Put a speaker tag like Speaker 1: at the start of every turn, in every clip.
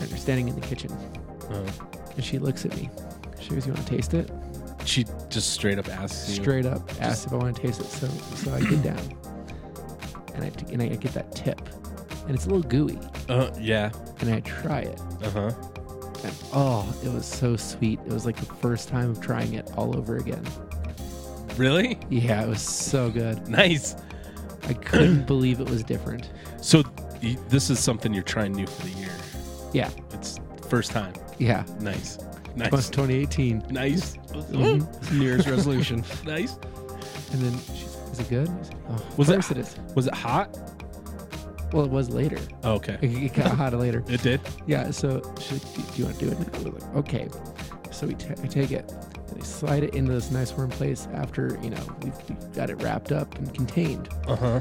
Speaker 1: and we're standing in the kitchen.
Speaker 2: Oh.
Speaker 1: And she looks at me. She goes, "You want to taste it?"
Speaker 2: She just straight up asks you.
Speaker 1: Straight up asked if I want to taste it. So so I get down, and I t- and I get that tip, and it's a little gooey,
Speaker 2: Uh, yeah.
Speaker 1: and I try it,
Speaker 2: Uh huh.
Speaker 1: and oh, it was so sweet. It was like the first time of trying it all over again.
Speaker 2: Really?
Speaker 1: Yeah, it was so good.
Speaker 2: Nice.
Speaker 1: I couldn't believe it was different.
Speaker 2: So y- this is something you're trying new for the year.
Speaker 1: Yeah,
Speaker 2: It's first time.
Speaker 1: yeah.
Speaker 2: Nice.
Speaker 1: Plus
Speaker 2: Nice.
Speaker 1: 2018,
Speaker 2: Nice.
Speaker 1: Mhm.
Speaker 2: New Year's resolution. nice.
Speaker 1: and then she's, is it good? I said, Oh, of
Speaker 2: Was it-
Speaker 1: course it is.
Speaker 2: Was it hot?
Speaker 1: Well, it was later.
Speaker 2: Oh, okay.
Speaker 1: It, it got hot later.
Speaker 2: It did.
Speaker 1: Yeah, so she's like, do, do you want to do it now? We're like, okay. So we ta I take it and I slide it into this nice warm place after, you know, we've, we've got it wrapped up and contained.
Speaker 2: Uh huh.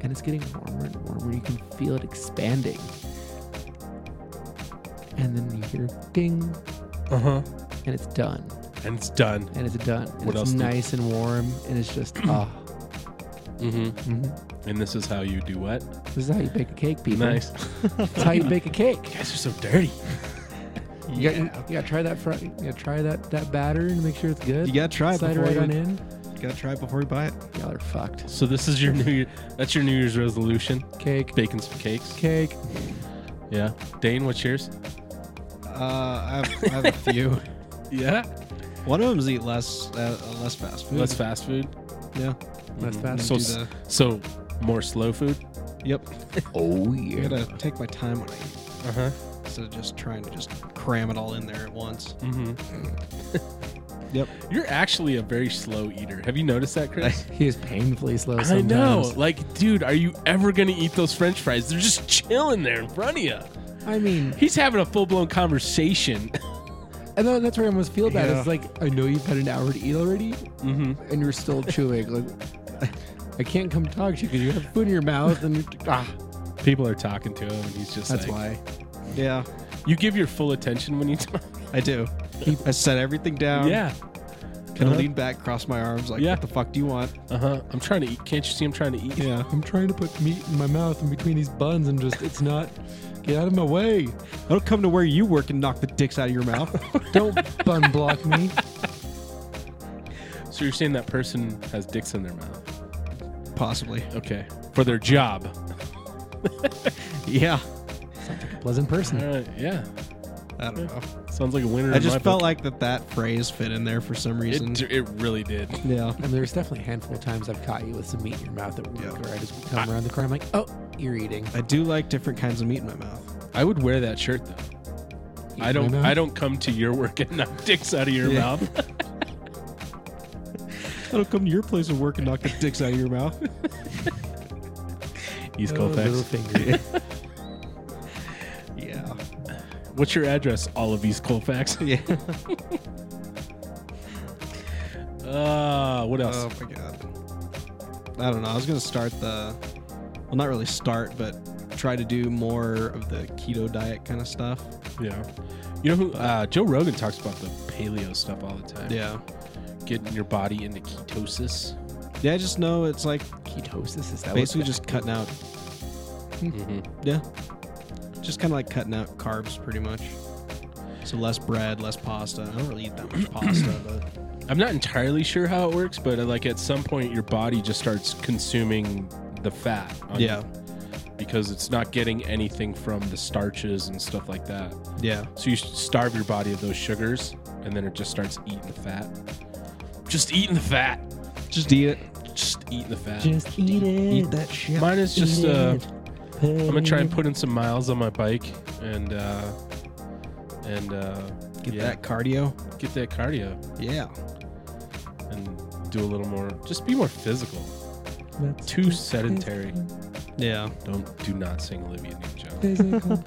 Speaker 1: And it's getting warmer and warmer. You can feel it expanding. And then you hear ding
Speaker 2: Uh huh.
Speaker 1: and it's done.
Speaker 2: And it's done.
Speaker 1: And it's done. And
Speaker 2: What
Speaker 1: it's
Speaker 2: else do-
Speaker 1: nice and warm and it's just, ah.
Speaker 2: Mm-hmm.
Speaker 1: mhm.
Speaker 2: And this is how you do what?
Speaker 1: This is how you bake a cake, people.
Speaker 2: Nice.
Speaker 1: That's how you bake a cake.
Speaker 2: Mm-hmm. guys are so dirty.
Speaker 1: You got, you got to try that. Fr- you got to try that that batter and make sure it's good.
Speaker 3: You gotta try it
Speaker 1: Slide it
Speaker 3: before
Speaker 1: right
Speaker 3: you,
Speaker 1: on in.
Speaker 3: you gotta try it before you buy it.
Speaker 1: Y'all are fucked.
Speaker 2: So this is your new year. That's your New Year's resolution.
Speaker 1: Cake.
Speaker 2: Baking some cakes.
Speaker 1: Cake.
Speaker 2: Yeah. Dane, what's yours?
Speaker 3: Uh, I have, I have a few.
Speaker 2: Yeah.
Speaker 3: One of them is eat less, uh, uh, less fast food.
Speaker 2: Less fast food.
Speaker 3: Yeah.
Speaker 1: That's
Speaker 2: Mhm.
Speaker 1: fast
Speaker 2: So
Speaker 3: Do
Speaker 2: s-
Speaker 3: the-
Speaker 2: so more slow food.
Speaker 3: yep.
Speaker 1: Oh
Speaker 3: I
Speaker 1: yeah.
Speaker 3: gotta take my time when I eat
Speaker 2: Uh huh.
Speaker 3: instead of just trying to just cram it all in there at once.
Speaker 2: Mm-hmm.
Speaker 3: Yep.
Speaker 2: You're actually a very slow eater. Have you noticed that, Chris?
Speaker 1: He is painfully slow. Sometimes.
Speaker 2: I know. Like, dude, are you ever gonna eat those French fries? They're just chilling there in front of you.
Speaker 1: I mean,
Speaker 2: He's having a full blown conversation.
Speaker 1: and then that's where I almost feel bad.
Speaker 3: Yeah.
Speaker 1: It's like I know you've had an hour to eat already,
Speaker 2: mm-hmm.
Speaker 1: and you're still chewing. Like I can't come talk to you because you have food in your mouth, and you're, ah,
Speaker 2: People are talking to him, and he's just
Speaker 1: that's
Speaker 2: like,
Speaker 1: why.
Speaker 3: Yeah,
Speaker 2: "You give your full attention when you talk."
Speaker 3: I do. I set everything down.
Speaker 2: yeah.
Speaker 3: Kind of
Speaker 2: Uh-huh.
Speaker 3: lean back, cross my arms, like,
Speaker 2: Yeah.
Speaker 3: what the fuck do you want?
Speaker 2: Uh huh. I'm trying to eat. Can't you see I'm trying to eat?
Speaker 3: Yeah.
Speaker 1: I'm trying to put meat in my mouth in between these buns, and just it's not. Get out of my way!
Speaker 3: I don't come to where you work and knock the dicks out of your mouth.
Speaker 1: Don't bun block me.
Speaker 2: So you're saying that person has dicks in their mouth?
Speaker 3: Possibly.
Speaker 2: Okay. For their job.
Speaker 3: Yeah.
Speaker 1: Pleasant
Speaker 2: All
Speaker 1: person.
Speaker 2: right. Yeah.
Speaker 3: I don't know.
Speaker 2: Sounds like a winner.
Speaker 3: I
Speaker 2: in
Speaker 3: just
Speaker 2: my
Speaker 3: felt
Speaker 2: book.
Speaker 3: like that that phrase fit in there for some reason.
Speaker 2: it. d- It really did.
Speaker 3: yeah.
Speaker 1: I mean, there's definitely a handful of times I've caught you with some meat in your mouth at work,
Speaker 3: Yeah.
Speaker 1: or I just come around the corner, I'm like, oh, you're eating.
Speaker 3: I do like different kinds of meat in my mouth.
Speaker 2: I would wear that shirt though. I
Speaker 1: in
Speaker 2: don't.
Speaker 1: my mouth?
Speaker 2: I don't come to your work and knock dicks out of your
Speaker 3: Yeah.
Speaker 2: mouth.
Speaker 3: I don't come to your place of work and knock the dicks out of your mouth.
Speaker 2: East
Speaker 1: Oh, Little
Speaker 2: Colfax.
Speaker 1: finger.
Speaker 3: Yeah.
Speaker 2: What's your address? All of East Colfax.
Speaker 3: Yeah.
Speaker 2: Uh, what else?
Speaker 3: Oh my god. I don't know. I was gonna start the, well, not really start, but try to do more of the keto diet kind of stuff.
Speaker 2: yeah. You know who? Uh, Joe Rogan talks about the paleo stuff all the time.
Speaker 3: Yeah.
Speaker 2: Getting your body into ketosis.
Speaker 3: Yeah. I just know it's like
Speaker 1: Ketosis is that what
Speaker 3: basically
Speaker 1: that-
Speaker 3: just cutting out. Hmm.
Speaker 2: Mm-hmm.
Speaker 3: Yeah. Just kind of like cutting out carbs, pretty much. So less bread, less pasta. I don't really eat that much pasta, but
Speaker 2: I'm not entirely sure how it works, but uh, like at some point your body just starts consuming the fat. on
Speaker 3: yeah,
Speaker 2: you Because it's not getting anything from the starches and stuff like that.
Speaker 3: yeah.
Speaker 2: So you starve your body of those sugars, and then it just starts eating the fat. Just eating the fat.
Speaker 3: Just eat it.
Speaker 2: Just eating the fat.
Speaker 1: just eat it.
Speaker 3: Eat that shit.
Speaker 2: Mine is just.
Speaker 1: Eat
Speaker 2: Uh,
Speaker 1: it.
Speaker 2: I'm gonna try and put in some miles on my bike, and uh, and uh,
Speaker 3: Get
Speaker 2: yeah,
Speaker 3: that cardio.
Speaker 2: get that cardio,
Speaker 3: Yeah.
Speaker 2: and do a little more. Just be more physical.
Speaker 1: Let's
Speaker 2: Too
Speaker 1: get
Speaker 2: sedentary.
Speaker 3: Yeah.
Speaker 2: Don't do not sing Olivia Newton-John.
Speaker 1: physical.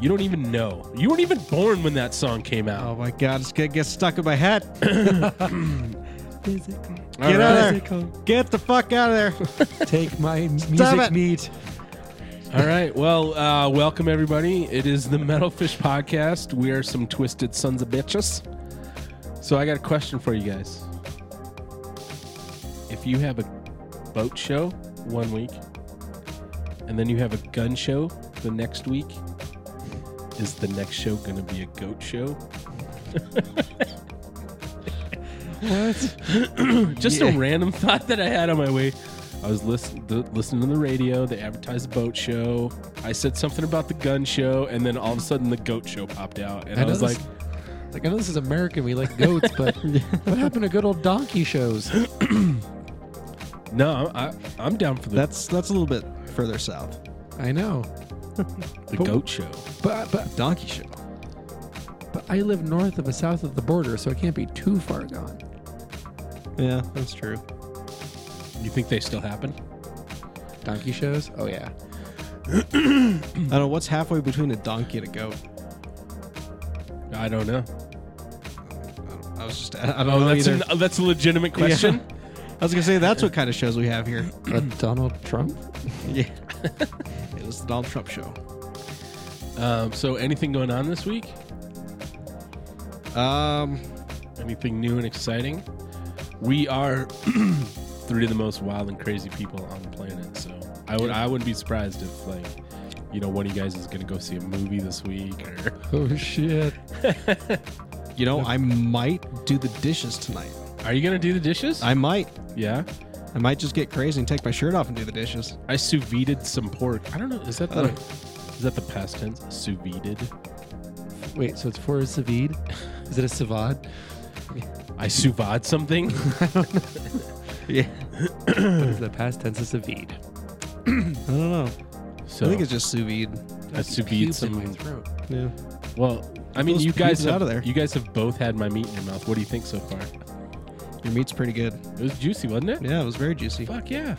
Speaker 2: You don't even know. You weren't even born when that song came
Speaker 3: Oh
Speaker 2: out.
Speaker 3: my god, it's gonna get stuck in my head.
Speaker 1: physical.
Speaker 2: All
Speaker 3: Get out of
Speaker 1: Physical.
Speaker 3: Get the fuck out of there.
Speaker 1: Take my
Speaker 3: Stop
Speaker 1: music
Speaker 3: it.
Speaker 1: meat.
Speaker 2: All right. Well, uh, welcome everybody. It is the Metalfish Podcast. We are some twisted sons of bitches. So I got a question for you guys. If you have a boat show one week, and then you have a gun show the next week, Is the next show going to be a goat show?
Speaker 1: What?
Speaker 2: Just
Speaker 1: Yeah.
Speaker 2: a random thought that I had on my way. I was listen, the, listening to the radio. They advertised the boat show. I said something about the gun show, and then all of a sudden the goat show popped out, and
Speaker 1: I
Speaker 2: I,
Speaker 1: know
Speaker 2: was
Speaker 1: this-
Speaker 2: like,
Speaker 1: Like I know this is American. We like goats, but what happened to good old donkey shows?
Speaker 2: "No, I, I'm down for the,
Speaker 3: That's that's a little bit further south.
Speaker 1: I know,
Speaker 2: the goat show."
Speaker 1: but but
Speaker 3: Donkey show.
Speaker 1: but I live north of a south of the border, so I can't be too far gone.
Speaker 3: Yeah, that's true.
Speaker 2: You think they still happen?
Speaker 1: Donkey shows? Oh yeah.
Speaker 3: I don't know what's halfway between a donkey and a goat.
Speaker 2: I don't know.
Speaker 3: I, don't, I was just I don't
Speaker 2: Oh,
Speaker 3: know
Speaker 2: that's
Speaker 3: either.
Speaker 2: an, that's a legitimate question.
Speaker 3: I was gonna say that's what kind of shows we have here.
Speaker 1: Uh, Donald Trump?
Speaker 3: yeah, it was the Donald Trump show.
Speaker 2: Um, so, anything going on this week?
Speaker 3: Um,
Speaker 2: Anything new and exciting? We are three of the most wild and crazy people on the planet. So, I would I wouldn't be surprised if like you know one of you guys is going to go see a movie this week or
Speaker 1: Oh shit.
Speaker 3: you know, I might do the dishes tonight.
Speaker 2: Are you going to do the dishes?
Speaker 3: I might,
Speaker 2: yeah.
Speaker 3: I might just get crazy and take my shirt off and do the dishes.
Speaker 2: I sous vide some pork. I don't know. Is that the
Speaker 3: Uh.
Speaker 2: is that the past tense? Sous vide.
Speaker 1: Wait, so it's for a Savide? Is it a Savad?
Speaker 2: I sous vide something.
Speaker 3: Yeah,
Speaker 1: What is the past tense of Savide?
Speaker 3: I don't know.
Speaker 2: So
Speaker 3: I think it's just sous vide.
Speaker 2: I sous
Speaker 1: Puked in
Speaker 2: vide some
Speaker 1: my throat.
Speaker 3: Yeah.
Speaker 2: Well, I mean,
Speaker 3: those
Speaker 2: you guys
Speaker 3: pubes
Speaker 2: have,
Speaker 3: out of there.
Speaker 2: You guys have both had my meat in your mouth. What do you think so far? It
Speaker 3: Your meat's pretty good.
Speaker 2: was juicy, wasn't it?
Speaker 3: Yeah, it was very juicy.
Speaker 2: Fuck yeah!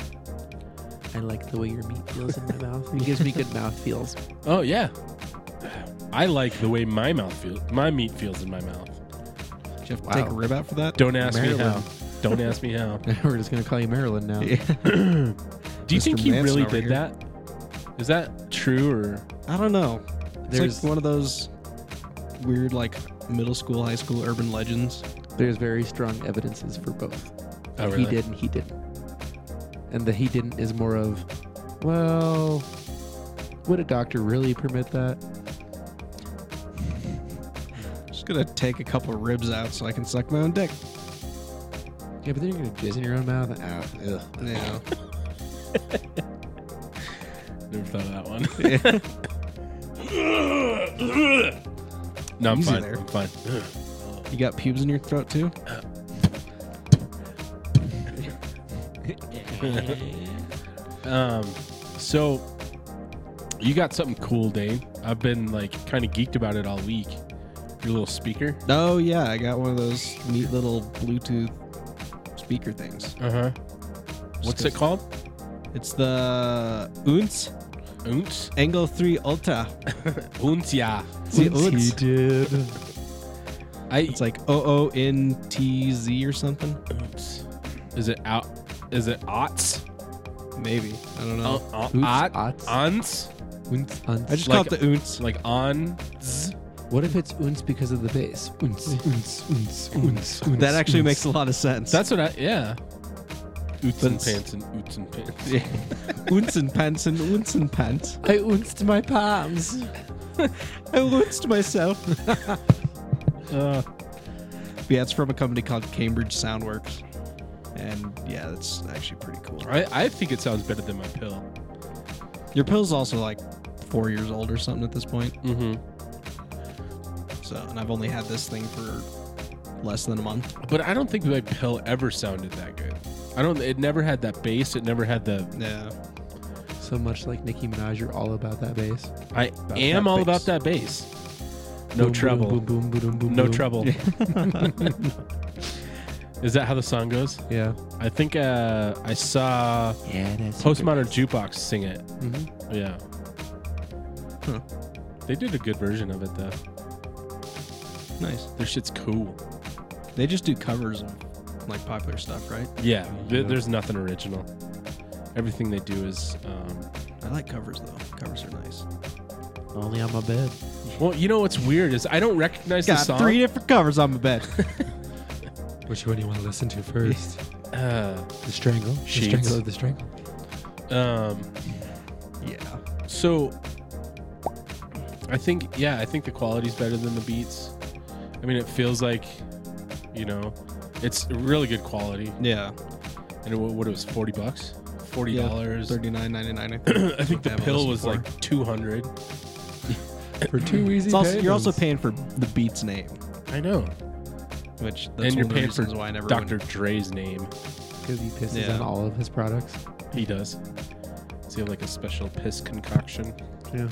Speaker 1: I like the way your meat feels in my mouth. It gives me good mouth feels.
Speaker 2: Oh yeah. I like the way my mouth feels. My meat feels in my mouth.
Speaker 3: Did you have to
Speaker 1: Wow.
Speaker 3: take a rib out for that?
Speaker 2: Don't ask me how.
Speaker 1: Maryland.
Speaker 2: Don't ask me how.
Speaker 1: We're just gonna call you Marilyn now.
Speaker 3: Yeah.
Speaker 2: Do you
Speaker 3: Mr.
Speaker 2: think he
Speaker 3: Manson
Speaker 2: really
Speaker 3: over
Speaker 2: did
Speaker 3: here.
Speaker 2: that? Is that true or?
Speaker 3: I don't know. It's
Speaker 1: There's-
Speaker 3: like one of those weird, like middle school, high school urban legends.
Speaker 1: There's very strong evidences for both.
Speaker 2: Oh,
Speaker 1: He
Speaker 2: really?
Speaker 1: did and he didn't. And the he didn't is more of, well, would a doctor really permit that?
Speaker 3: Just gonna take a couple of ribs out so I can suck my own dick.
Speaker 1: Yeah, but then you're gonna jizz in your own mouth. Oh, ugh.
Speaker 3: You know.
Speaker 2: Never thought of that one. no, I'm
Speaker 3: Easy
Speaker 2: fine.
Speaker 3: there.
Speaker 2: I'm fine.
Speaker 3: you got pubes in your throat too?
Speaker 2: Um, so you got something cool, Dane. I've been like kind of geeked about it all week. Your little speaker.
Speaker 3: Oh yeah, I got one of those neat little Bluetooth speaker things.
Speaker 2: Uh huh. What's it called?
Speaker 3: It's the Unz
Speaker 2: Unz.
Speaker 3: Angle 3 Ultra.
Speaker 2: Unzia.
Speaker 3: See,
Speaker 1: Once
Speaker 3: Unz.
Speaker 1: he did.
Speaker 2: I.
Speaker 3: It's like O O N T Z or something.
Speaker 2: Unz. Is it out? Is it Ots?
Speaker 3: Maybe I don't know.
Speaker 2: Uh, uh,
Speaker 1: Oots,
Speaker 2: Ot.
Speaker 1: ots.
Speaker 2: Ons.
Speaker 1: Unz, unz.
Speaker 3: I just
Speaker 2: like-
Speaker 3: call it the Unz.
Speaker 2: Like ons.
Speaker 1: What if it's uns because of the bass? Uns, uns, uns, uns, uns.
Speaker 3: That actually
Speaker 1: uns.
Speaker 3: makes a lot of sense.
Speaker 2: That's what I. Yeah. Oots and
Speaker 3: Unz.
Speaker 2: pants and oots and pants.
Speaker 3: yeah. Unz and pants and Unz and pants.
Speaker 1: I unsed my palms.
Speaker 3: I unzed myself.
Speaker 2: Uh,
Speaker 3: yeah, it's from a company called Cambridge Soundworks, and yeah, that's actually pretty cool.
Speaker 2: I, I think it sounds better than my pill.
Speaker 3: Your pill's also like four years old or something at this point.
Speaker 2: Mm-hmm.
Speaker 3: So, and I've only had this thing for less than a month.
Speaker 2: But I don't think my pill ever sounded that good. I don't. It never had that bass. It never had the.
Speaker 3: Yeah.
Speaker 1: So much like Nicki Minaj, you're all about that bass.
Speaker 2: I
Speaker 3: About
Speaker 2: am
Speaker 3: that
Speaker 2: all
Speaker 3: bass.
Speaker 2: about that bass.
Speaker 1: Boom,
Speaker 2: No
Speaker 1: boom,
Speaker 2: trouble.
Speaker 1: Boom, boom, boom, boom, boom,
Speaker 2: No
Speaker 1: boom.
Speaker 2: trouble. Is that how the song goes?
Speaker 1: Yeah.
Speaker 2: I think uh, I saw
Speaker 1: Yeah, that's
Speaker 2: Postmodern Jukebox sing it.
Speaker 1: Mhm.
Speaker 2: Yeah.
Speaker 3: Huh.
Speaker 2: They did a good version of it though.
Speaker 3: Nice.
Speaker 2: Their shit's cool.
Speaker 3: They just do covers of like popular stuff, right?
Speaker 2: Yeah. th-
Speaker 1: Yeah.
Speaker 2: There's nothing original. Everything they do is. Um,
Speaker 3: I like covers though. Covers are nice.
Speaker 1: Only on my bed.
Speaker 2: well, you know what's weird is I don't recognize the
Speaker 3: Got
Speaker 2: song.
Speaker 3: three different covers on my bed.
Speaker 1: Which one do you want to listen to first?
Speaker 2: Uh,
Speaker 1: The Strangle.
Speaker 2: Sheets.
Speaker 1: The Strangle of the Strangle.
Speaker 2: um,
Speaker 3: yeah.
Speaker 2: So I think yeah, I think the quality's better than the beats. I mean, it feels like, you know, it's really good quality.
Speaker 3: Yeah,
Speaker 2: And it, wa- what it was forty bucks, forty
Speaker 3: Yeah,
Speaker 2: dollars.
Speaker 3: thirty nine ninety nine.
Speaker 2: I think the
Speaker 3: Damn, I
Speaker 2: pill
Speaker 3: listened
Speaker 2: was
Speaker 3: for.
Speaker 2: like two hundred.
Speaker 1: for two easy
Speaker 3: It's also you're also
Speaker 1: payments.
Speaker 3: paying for the beat's name,
Speaker 2: I know.
Speaker 3: which that's
Speaker 2: and you're
Speaker 3: one of the
Speaker 2: paying for
Speaker 3: reasons why I never went-
Speaker 2: Dr. Dre's name.
Speaker 1: because he pisses
Speaker 3: Yeah.
Speaker 1: on all of his products.
Speaker 2: He does. Does he have like a special piss concoction?
Speaker 1: Yeah.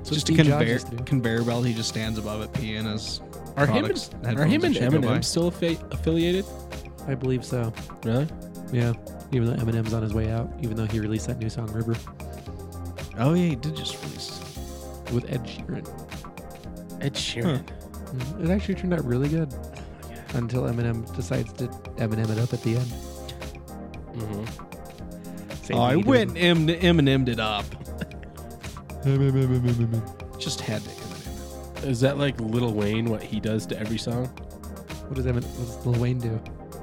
Speaker 3: It's just a
Speaker 1: Steve Jobs
Speaker 3: conveyor
Speaker 1: used to do.
Speaker 3: conveyor belt. He just stands above it, peeing his.
Speaker 2: Are
Speaker 3: products,
Speaker 2: him and,
Speaker 3: headphones
Speaker 2: are him and
Speaker 3: shit go by.
Speaker 2: Eminem still affa- affiliated?
Speaker 1: I believe so.
Speaker 2: Really?
Speaker 1: Yeah. Even though Eminem's on his way out, even though he released that new song River
Speaker 3: Oh yeah, he did just release.
Speaker 1: with Ed Sheeran,
Speaker 2: Ed Sheeran.
Speaker 1: Mhm. it actually turned out really good. Until Eminem decides to Eminem it up at the end.
Speaker 2: hmm
Speaker 1: Same
Speaker 3: oh,
Speaker 1: thing
Speaker 3: I
Speaker 1: he did
Speaker 3: went
Speaker 1: with-
Speaker 3: M Eminem'd it up. just had to Eminem.
Speaker 2: Is that like Lil Wayne? What he does to every song?
Speaker 1: What does Emin? What does Lil Wayne do?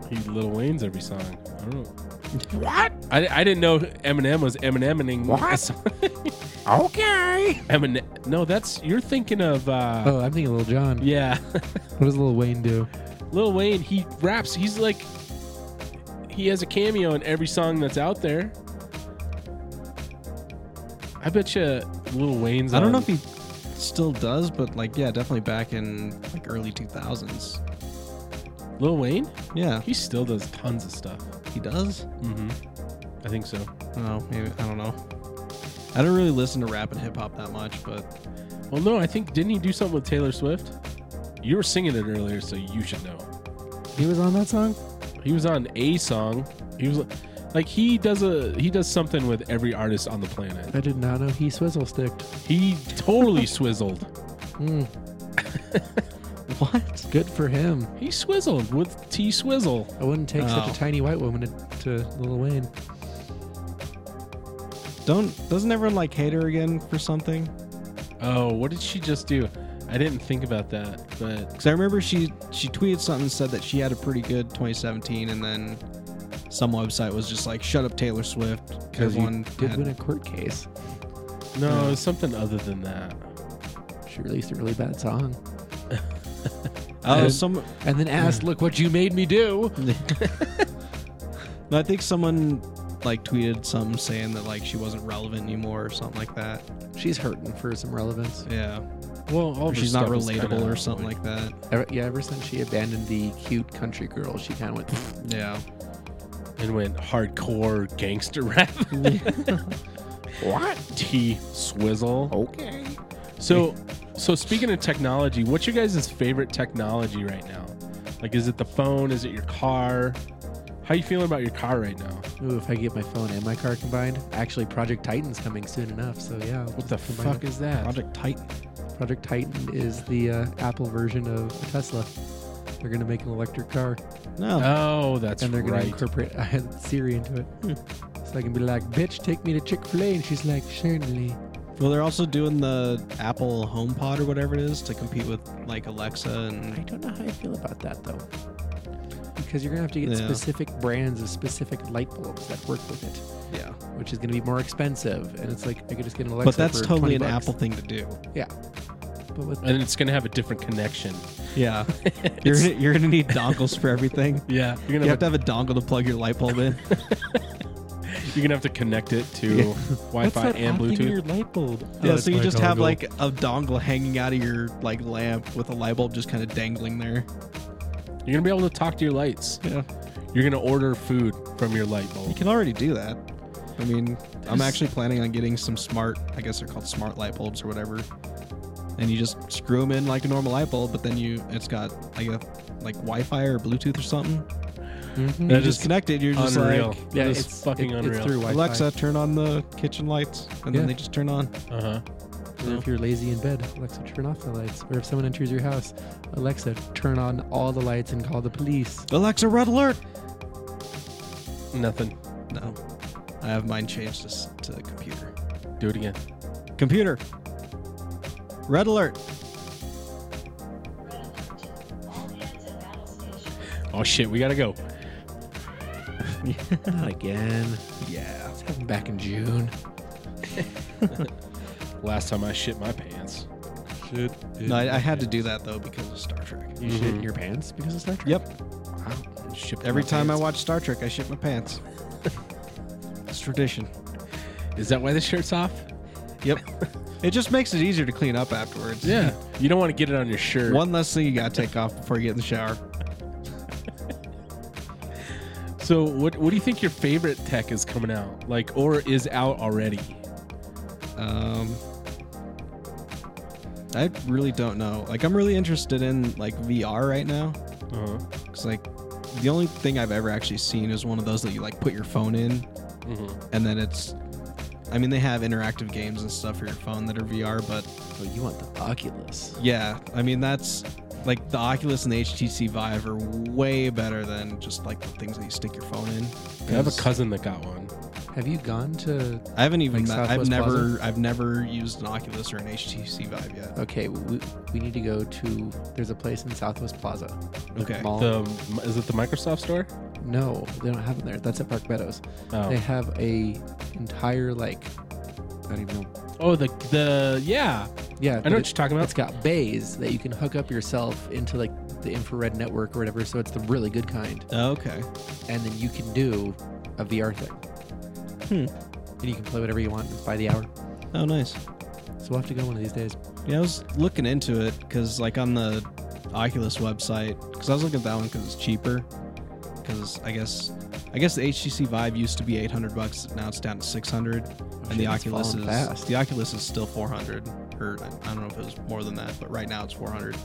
Speaker 2: He Lil Wayne's every song. I don't know. What? I, I didn't know Eminem was Emineming. What? okay. Eminem. No, that's you're thinking of. uh
Speaker 1: Oh, I'm thinking Lil John.
Speaker 2: Yeah,
Speaker 1: What does Lil Wayne do?
Speaker 2: Lil Wayne. He raps. He's like. He has a cameo in every song that's out there. I bet you Lil Wayne's.
Speaker 3: I don't
Speaker 2: on-
Speaker 3: know
Speaker 1: Um,
Speaker 3: if he still does, but like yeah, definitely back in like early two thousands.
Speaker 2: Lil Wayne.
Speaker 3: Yeah,
Speaker 2: He still does tons of stuff.
Speaker 3: he does.
Speaker 2: Mm-hmm. I think so.
Speaker 3: Oh, maybe I don't know. I don't really listen to rap and hip hop that much, but
Speaker 2: Well, no, I think didn't he do something with Taylor Swift? You were singing it earlier, so you should know.
Speaker 1: He was on that song.
Speaker 2: He was on a song. He was like he does a he does something with every artist on the planet.
Speaker 1: I did not know he swizzle sticked.
Speaker 2: He totally swizzled.
Speaker 1: Mm,
Speaker 3: what?
Speaker 1: good for him.
Speaker 2: He swizzled with T Swizzle.
Speaker 1: I wouldn't take such
Speaker 3: Oh.
Speaker 1: a tiny white woman to, to Lil Wayne.
Speaker 3: Don't doesn't everyone like hate her again for something?
Speaker 2: Oh, what did she just do? I didn't think about that, but
Speaker 3: Because I remember she she tweeted something said that she had a pretty good 2017, and then some website was just like, "Shut up, Taylor Swift."
Speaker 1: Because you
Speaker 3: Everyone
Speaker 1: did
Speaker 3: had-
Speaker 1: win a court case.
Speaker 2: no, it was something other than that.
Speaker 1: She released a really bad song.
Speaker 3: Oh,
Speaker 1: Uh,
Speaker 3: some.
Speaker 1: And then asked, look what you made me do.
Speaker 3: No, I think someone like tweeted something saying that like she wasn't relevant anymore or something like that.
Speaker 1: She's hurting for some relevance.
Speaker 3: Yeah,
Speaker 2: Well, all
Speaker 3: or she's not relatable or something like that.
Speaker 1: Ever, yeah, ever since she abandoned the cute country girl, she kind of went,
Speaker 3: Yeah,
Speaker 2: that. And went hardcore gangster rap. what? T Swizzle.
Speaker 1: okay.
Speaker 2: So, so speaking of technology, what's your guys' favorite technology right now? Like, is it the phone? Is it your car? How you feeling about your car right now?
Speaker 1: Ooh, if I get my phone and my car combined. Actually, Project Titan's coming soon enough, so yeah.
Speaker 2: What the fuck is that?
Speaker 3: Project Titan.
Speaker 1: Project Titan is the uh, Apple version of a Tesla. They're going to make an electric car,
Speaker 3: No,
Speaker 2: Oh, that's
Speaker 1: and they're going to
Speaker 2: right.
Speaker 1: incorporate uh, Siri into it. So I can be like, bitch, take me to Chick fil A. And she's like, certainly.
Speaker 3: well, they're also doing the Apple HomePod or whatever it is to compete with like Alexa
Speaker 1: I
Speaker 3: and
Speaker 1: don't know how I feel about that though. Because you're going to have to get
Speaker 3: Yeah.
Speaker 1: specific brands of specific light bulbs that work with it,
Speaker 3: yeah.
Speaker 1: which is going to be more expensive. And it's like, I could just get an Alexa.
Speaker 3: But that's
Speaker 1: for 20
Speaker 3: totally an
Speaker 1: bucks.
Speaker 3: Apple thing to do.
Speaker 1: But with
Speaker 2: and it's gonna have a different connection.
Speaker 3: Yeah, you're gonna, you're gonna need dongles for everything.
Speaker 2: Yeah, you're gonna
Speaker 3: You have
Speaker 2: have
Speaker 3: to have a dongle to plug your light bulb in.
Speaker 2: you're gonna have to connect it to
Speaker 3: Yeah.
Speaker 2: Wi-Fi and Bluetooth.
Speaker 1: light bulb?
Speaker 3: yeah, so you just have like a dongle hanging out of your like lamp with a light bulb just kind of dangling there.
Speaker 2: You're gonna be able to talk to your lights.
Speaker 3: Yeah,
Speaker 2: You're gonna order food from your light
Speaker 3: you
Speaker 2: bulb.
Speaker 3: can already do that. I mean, I'm
Speaker 2: There's-
Speaker 3: actually planning on getting some smart. I guess they're called smart light bulbs or whatever. And you just screw them in like a normal light bulb, but then you it's got like a like Wi-Fi or Bluetooth or something.
Speaker 1: hmm
Speaker 2: That
Speaker 3: you just
Speaker 2: is
Speaker 3: connect it. You're just
Speaker 2: Unreal.
Speaker 3: like
Speaker 2: That
Speaker 1: Yeah,
Speaker 2: is
Speaker 1: it's
Speaker 2: fucking
Speaker 1: it-
Speaker 2: unreal.
Speaker 1: It's through Wi-Fi.
Speaker 3: Alexa, turn on the kitchen lights, and
Speaker 1: Yeah.
Speaker 3: then they just turn on.
Speaker 2: Uh huh.
Speaker 1: Or if you're lazy in bed, Alexa, turn off the lights. Or if someone enters your house, Alexa, turn on all the lights and call the police.
Speaker 3: Alexa, red alert.
Speaker 2: Nothing.
Speaker 3: No, I have mine changed to, s- to computer.
Speaker 2: Do it again.
Speaker 3: Computer. Red alert.
Speaker 2: Oh shit, we gotta go.
Speaker 1: Not again.
Speaker 3: Yeah.
Speaker 1: It's happened back in June.
Speaker 2: Last time I shit my pants. shit. in
Speaker 3: No, I, I
Speaker 2: my
Speaker 3: had
Speaker 2: pants.
Speaker 3: to do that though because of Star Trek.
Speaker 1: You shit
Speaker 2: Mm-hmm.
Speaker 1: in your pants because of Star Trek.
Speaker 3: Yep.
Speaker 2: Wow. Shipped
Speaker 3: Every
Speaker 2: my
Speaker 3: time I
Speaker 2: pants.
Speaker 3: watch Star Trek, I shit my pants. it's tradition.
Speaker 2: Is that why the shirt's off?
Speaker 3: Yep. it just makes it easier to clean up afterwards.
Speaker 2: Yeah. You don't want to get it on your shirt.
Speaker 3: One less thing you gotta take off before you get in the shower.
Speaker 2: So, what what do you think your favorite tech is coming out? Like, or is out already?
Speaker 3: Um, I really don't know. Like, I'm really interested in like VR right now.
Speaker 2: Uh-huh.
Speaker 3: Cause like, the only thing I've ever actually seen is one of those that you like put your phone in,
Speaker 2: Mm-hmm.
Speaker 3: and then it's. I mean, they have interactive games and stuff for your phone that are VR, but
Speaker 1: Oh, you want the Oculus?
Speaker 3: yeah, I mean that's like the Oculus and the HTC Vive are way better than just like the things that you stick your phone in.
Speaker 2: I have a
Speaker 3: 'Cause
Speaker 2: cousin that got one.
Speaker 1: Have you gone to?
Speaker 3: I haven't even.
Speaker 1: like
Speaker 3: met- I've
Speaker 1: Southwest
Speaker 3: never.
Speaker 1: Plaza?
Speaker 3: I've never used an Oculus or an HTC Vive yet.
Speaker 1: Okay, we, we need to go to. There's a place in Southwest Plaza. the
Speaker 3: Okay.
Speaker 1: Mall.
Speaker 2: The is it the Microsoft store?
Speaker 1: no, they don't have them there. That's at Park Meadows. They
Speaker 2: Oh,
Speaker 1: have a entire like. I don't even know.
Speaker 2: oh the the yeah.
Speaker 1: Yeah,
Speaker 2: I
Speaker 1: but
Speaker 2: know
Speaker 1: it-
Speaker 2: what you're talking about.
Speaker 1: It's got bays that you can hook up yourself into like the infrared network or whatever. So it's the really good kind,
Speaker 3: Oh, Okay.
Speaker 1: and then you can do a VR thing.
Speaker 2: Hmm.
Speaker 1: And you can play whatever you want It's by the hour.
Speaker 3: Oh, nice.
Speaker 1: So we'll have to go one of these days. Oh,
Speaker 3: Yeah, I was looking into it because, like, on the Oculus website, because I was looking at that one because it's cheaper. Because I guess, I guess the HTC Vive used to be 800 bucks, now it's down to 600, and the
Speaker 1: shit, it's
Speaker 3: Oculus is
Speaker 1: falling fast.
Speaker 3: the Oculus is still 400, or I I don't know if it was more than that, but right now it's 400.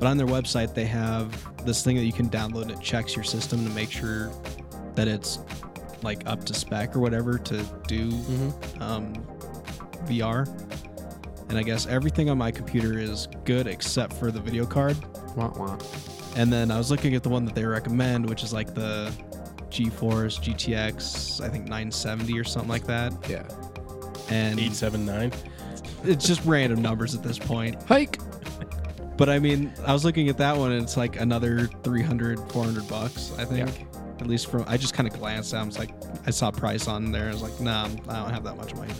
Speaker 3: But on their website, they have this thing that you can download and it checks your system to make sure that it's like up to spec or whatever to do
Speaker 1: Mm-hmm.
Speaker 3: um, VR. And I guess everything on my computer is good except for the video card.
Speaker 1: Wah, wah.
Speaker 3: And then I was looking at the one that they recommend, which is like the GeForce GTX, I think 970 or something like that.
Speaker 1: Yeah.
Speaker 3: And
Speaker 2: Eight seven nine.
Speaker 3: it's just random numbers at this point.
Speaker 1: Hike.
Speaker 3: But I mean, I was looking at that one and it's like another 300, 400 bucks, I think. At least from, I just kind of glanced at it. I was like, I saw price on there. I was like, nah, I'm- I don't have that much money.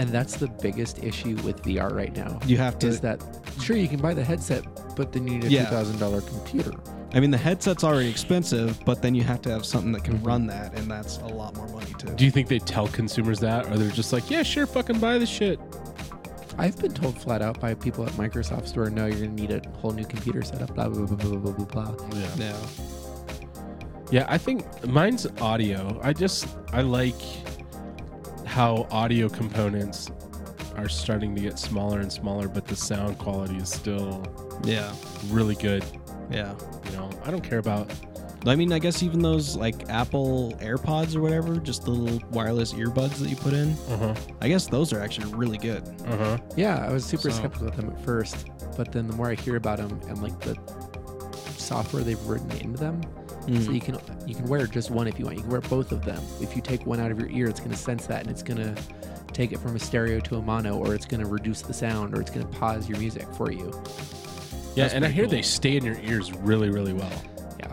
Speaker 1: And that's the biggest issue with VR right now.
Speaker 3: You have to
Speaker 1: Is that sure you can buy the headset, but then you need a
Speaker 3: Yeah.
Speaker 1: two thousand dollar computer.
Speaker 3: I mean, the headset's already expensive, but then you have to have something that can
Speaker 1: Mhm.
Speaker 3: run that, and that's a lot more money too.
Speaker 2: Do you think they tell consumers that, or they're just like, yeah, sure, fucking buy the shit?
Speaker 1: I've been told flat out by people at Microsoft Store, no, you're gonna need a whole new computer setup. Blah blah blah blah blah blah blah. blah.
Speaker 2: Yeah.
Speaker 3: No.
Speaker 2: Yeah, I think mine's audio. I just I like how audio components are starting to get smaller and smaller, but the sound quality is still
Speaker 3: Yeah.
Speaker 2: really good.
Speaker 3: Yeah.
Speaker 2: You know, I don't care about
Speaker 3: I mean, I guess even those like Apple AirPods or whatever, just the little wireless earbuds that you put in,
Speaker 2: uh huh
Speaker 3: I guess those are actually really good.
Speaker 2: uh huh
Speaker 1: Yeah, I was super
Speaker 3: So-
Speaker 1: skeptical of them at first, but then the more I hear about them and like the software they've written into them, so you can you can wear just one if you want. You can wear both of them. If you take one out of your ear, it's gonna sense that and it's gonna take it from a stereo to a mono, or it's gonna reduce the sound, or it's gonna pause your music for you.
Speaker 2: yeah.
Speaker 3: That's
Speaker 2: And I
Speaker 3: pretty
Speaker 2: hear
Speaker 3: cool.
Speaker 2: they stay in your ears really really well.
Speaker 1: Yeah.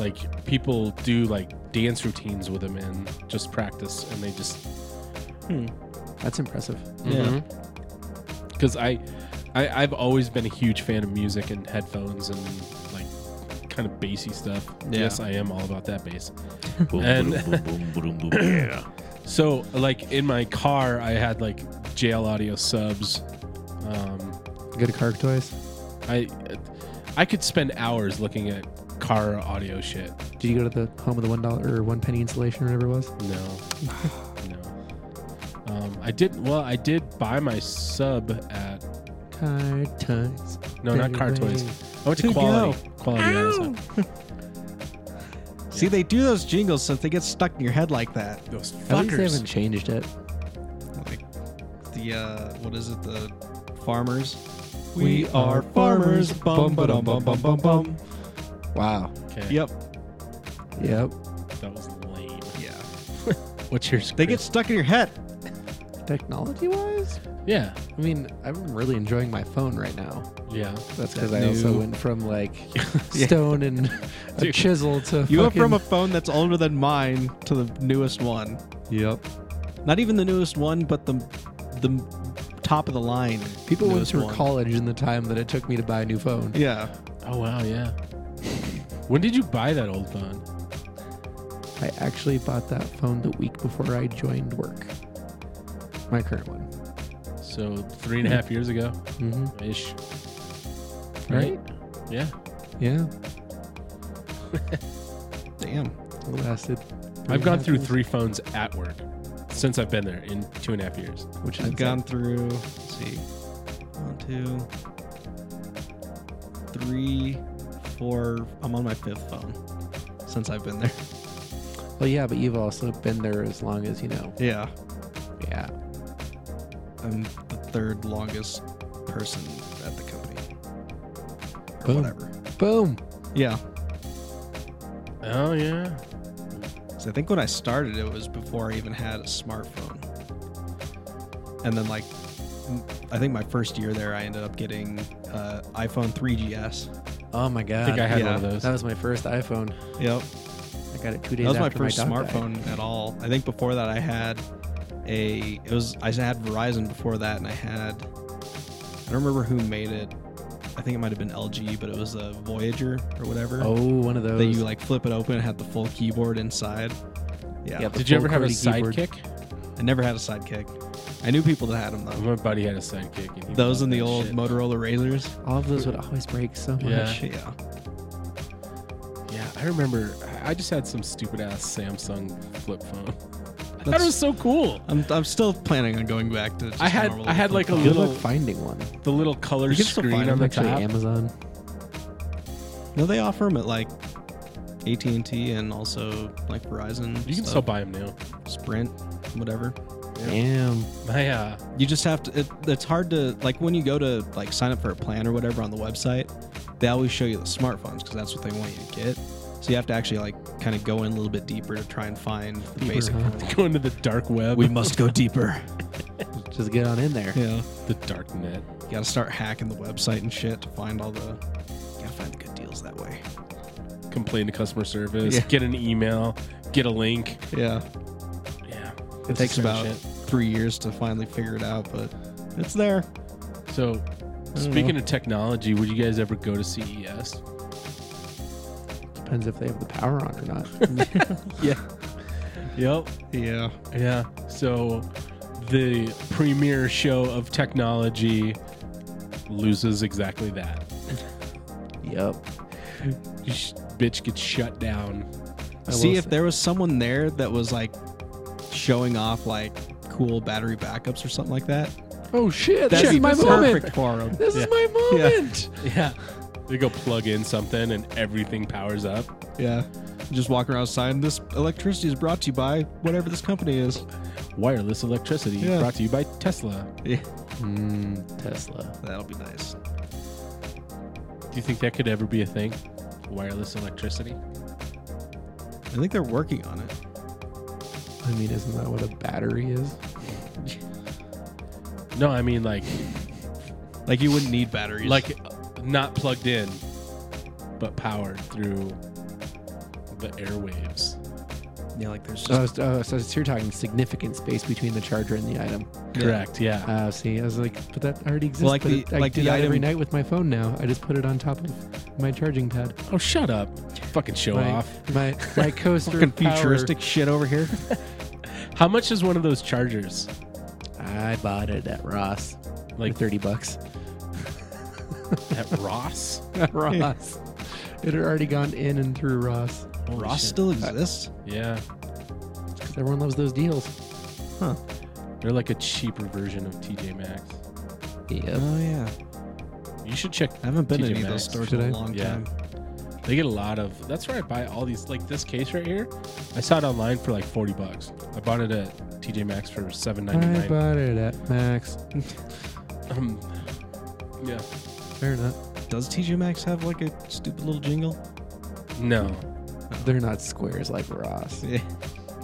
Speaker 2: Like people do like dance routines with them and just practice, and they just
Speaker 1: That's impressive.
Speaker 3: Yeah.
Speaker 2: Because I, I, I've always been a huge fan of music and headphones and like kind of bassy stuff.
Speaker 3: Yeah.
Speaker 2: Yes, I am all about that bass.
Speaker 4: boom,
Speaker 2: And-
Speaker 4: boom, boom, boom, boom, yeah.
Speaker 2: So like in my car, I had like JL Audio subs. Um,
Speaker 1: Good car toys.
Speaker 2: I, I could spend hours looking at car audio shit.
Speaker 1: Did you go to the home of the one dollar or one penny installation or whatever it was?
Speaker 2: No, no. Um, I did well. I did buy my sub at
Speaker 1: Car toys.
Speaker 2: no, not car toys. I went to,
Speaker 3: To
Speaker 2: quality. Quality. yeah, that's it.
Speaker 3: See, they do those jingles so if they get stuck in your head like that.
Speaker 2: Those
Speaker 1: At least they haven't
Speaker 2: fuckers.
Speaker 1: changed it.
Speaker 3: Like the uh, what is it? The farmers.
Speaker 1: We are farmers.
Speaker 3: Bum bum bum bum bum bum.
Speaker 1: Wow.
Speaker 2: Okay.
Speaker 3: Yep.
Speaker 1: Yep.
Speaker 2: That was lame.
Speaker 3: Yeah.
Speaker 2: What's yours?
Speaker 3: They get stuck in your head.
Speaker 1: Technology wise,
Speaker 2: yeah,
Speaker 1: I mean, I'm really enjoying my phone right now.
Speaker 2: yeah.
Speaker 1: That's
Speaker 3: That
Speaker 1: because I also
Speaker 3: new-
Speaker 1: went from like stone and a
Speaker 2: Dude.
Speaker 1: chisel to
Speaker 3: You went
Speaker 1: fucking...
Speaker 3: from a phone that's older than mine to the newest one.
Speaker 1: yep.
Speaker 3: Not even the newest one, but the the top of the line.
Speaker 1: People went
Speaker 3: newest
Speaker 1: through
Speaker 3: one.
Speaker 1: college in the time that it took me to buy a new phone.
Speaker 3: Yeah,
Speaker 2: Oh wow, yeah. when did you buy that old phone?
Speaker 1: I actually bought that phone the week before I joined work. My current one.
Speaker 2: So three and a half years ago,
Speaker 1: Mm-hmm.
Speaker 2: ish.
Speaker 1: Right?
Speaker 2: Yeah.
Speaker 1: Yeah.
Speaker 3: damn.
Speaker 1: It lasted. three
Speaker 2: I've
Speaker 1: and a
Speaker 2: gone
Speaker 1: half
Speaker 2: through
Speaker 1: years,
Speaker 2: three phones at work since I've been there in two and a half years.
Speaker 1: Which is
Speaker 3: I've
Speaker 1: insane.
Speaker 3: gone through. Let's see, one, two, three, four. I'm on my fifth phone since I've been there.
Speaker 1: Well, yeah, but you've also been there as long as you know.
Speaker 3: Yeah,
Speaker 1: Yeah.
Speaker 3: I'm the third longest person at the company. Or
Speaker 1: Boom.
Speaker 3: whatever.
Speaker 1: Boom.
Speaker 3: Yeah.
Speaker 2: Oh yeah.
Speaker 3: So I think when I started, it was before I even had a smartphone. And then, like, m- I think my first year there, I ended up getting uh, iPhone 3GS.
Speaker 1: Oh my god.
Speaker 2: I think I had
Speaker 3: yeah.
Speaker 2: one of
Speaker 1: that
Speaker 2: those.
Speaker 1: was my first iPhone.
Speaker 3: Yep.
Speaker 1: I got it two days.
Speaker 3: That was my
Speaker 1: after
Speaker 3: first
Speaker 1: dog died.
Speaker 3: smartphone at all. I think before that, I had a. It was I had Verizon before that, and I had. I don't remember who made it. I think it might have been LG, but it was a Voyager or whatever.
Speaker 1: Oh, one of those.
Speaker 3: That you like flip it open, it had the full keyboard inside. Yeah.
Speaker 1: Yep.
Speaker 2: Did you ever
Speaker 1: full
Speaker 2: have a
Speaker 1: QWERTY
Speaker 2: sidekick?
Speaker 3: I never had a sidekick. I knew people that had them though.
Speaker 2: My buddy had a sidekick. And he
Speaker 3: Those
Speaker 2: loved
Speaker 3: and the
Speaker 2: that
Speaker 3: old
Speaker 2: shit.
Speaker 3: Motorola Razors.
Speaker 1: All of those would always break so much.
Speaker 2: Yeah.
Speaker 3: Yeah.
Speaker 2: Yeah, I remember. I- I just had some stupid ass Samsung flip phone. I thought it
Speaker 3: That's-
Speaker 2: was so cool.
Speaker 3: I'm, I'm still planning on going back to. Just
Speaker 2: I had
Speaker 3: normal
Speaker 2: I had like
Speaker 3: flip
Speaker 2: a
Speaker 3: phone.
Speaker 1: Good
Speaker 2: little
Speaker 1: luck finding one.
Speaker 2: the little color
Speaker 3: You can still
Speaker 2: screen
Speaker 3: find
Speaker 2: on
Speaker 3: them,
Speaker 2: the
Speaker 1: Actually,
Speaker 2: top.
Speaker 1: Amazon.
Speaker 3: No, they offer them at like AT and T and also like Verizon.
Speaker 2: You can
Speaker 3: stuff,
Speaker 2: still buy them now.
Speaker 3: Sprint, whatever.
Speaker 1: Damn.
Speaker 2: My uh,
Speaker 3: You just have to. It, it's hard to like when you go to like sign up for a plan or whatever on the website. They always show you the smartphones because that's what they want you to get. So you have to actually like kind of go in a little bit deeper to try and find the
Speaker 1: Deeper,
Speaker 3: basic.
Speaker 1: huh?
Speaker 3: one.
Speaker 2: going to the dark web.
Speaker 3: We must go deeper.
Speaker 1: Just get on in there.
Speaker 3: Yeah.
Speaker 2: the dark net.
Speaker 3: You gotta start hacking the website and shit to find all the. Gotta find the good deals that way.
Speaker 2: Complain to customer service.
Speaker 3: Yeah.
Speaker 2: Get an email. Get a link.
Speaker 3: Yeah.
Speaker 2: Yeah,
Speaker 3: It takes about three years to finally figure it out, but it's there.
Speaker 2: So, speaking of technology, would you guys ever go to E CES?
Speaker 1: Depends if they have the power on or not.
Speaker 3: Yeah.
Speaker 2: Yep.
Speaker 3: Yeah.
Speaker 2: Yeah. So, the premier show of technology loses exactly that.
Speaker 1: yep.
Speaker 2: Sh- bitch gets shut down.
Speaker 1: I
Speaker 3: See
Speaker 1: will
Speaker 3: if
Speaker 1: say-
Speaker 3: there was someone there that was like showing off like cool battery backups or something like that.
Speaker 1: Oh shit!
Speaker 3: That'd
Speaker 1: This
Speaker 3: be
Speaker 1: is my moment.
Speaker 3: perfect for 'em.
Speaker 1: This
Speaker 2: Yeah.
Speaker 1: is my
Speaker 3: Yeah.
Speaker 1: moment.
Speaker 2: Yeah. They go plug in something and everything powers up.
Speaker 3: Yeah. Just walking around sign. This electricity is brought to you by whatever this company is.
Speaker 2: Wireless electricity
Speaker 3: Yeah.
Speaker 2: brought to you by Tesla.
Speaker 3: Yeah.
Speaker 1: Mm, Tesla.
Speaker 3: That'll be nice.
Speaker 2: Do you think that could ever be a thing? Wireless electricity?
Speaker 3: I think they're working on it.
Speaker 1: I mean, isn't that what a battery is?
Speaker 2: No, I mean like
Speaker 3: Like you wouldn't need batteries.
Speaker 2: like not plugged in, but powered through the airwaves.
Speaker 3: yeah, like there's
Speaker 2: uh,
Speaker 1: Oh, so, oh, so you're talking significant space between the charger and the item.
Speaker 2: Correct. Yeah.
Speaker 1: Uh, see, I was like, but that already exists.
Speaker 3: Well, like
Speaker 1: but
Speaker 3: the-
Speaker 1: it- I
Speaker 3: like
Speaker 1: do
Speaker 3: the
Speaker 1: that every
Speaker 3: item-
Speaker 1: night with my phone now. I just put it on top of my charging pad.
Speaker 2: oh, shut up! Fucking show
Speaker 1: my,
Speaker 2: off.
Speaker 1: My my coaster
Speaker 3: fucking
Speaker 1: of power-
Speaker 3: futuristic shit over here.
Speaker 2: How much is one of those chargers?
Speaker 1: I bought it at Ross, like
Speaker 2: Like
Speaker 1: thirty bucks.
Speaker 2: at Ross?
Speaker 1: At Ross, it had already gone in and through Ross
Speaker 2: Holy
Speaker 3: Ross
Speaker 2: shit.
Speaker 3: still exists.
Speaker 2: Yeah,
Speaker 1: because everyone loves those deals.
Speaker 2: they're like a cheaper version of TJ Maxx. Uh,
Speaker 1: Yeah.
Speaker 3: Oh yeah,
Speaker 2: You should check.
Speaker 3: I haven't been to
Speaker 2: TJ
Speaker 3: any of those
Speaker 2: Maxx.
Speaker 3: stores
Speaker 1: Should I?
Speaker 3: in a long
Speaker 2: Yeah.
Speaker 3: time.
Speaker 2: They get a lot of. That's where I buy all these. Like this case right here, I saw it online for like forty bucks. I bought it at TJ Maxx for seven ninety
Speaker 1: I
Speaker 2: nine.
Speaker 1: bought it at Max.
Speaker 2: Um, yeah.
Speaker 1: They're not.
Speaker 3: Does TJ Maxx have like a stupid little jingle?
Speaker 2: No,
Speaker 1: They're not squares like Ross.
Speaker 3: Yeah.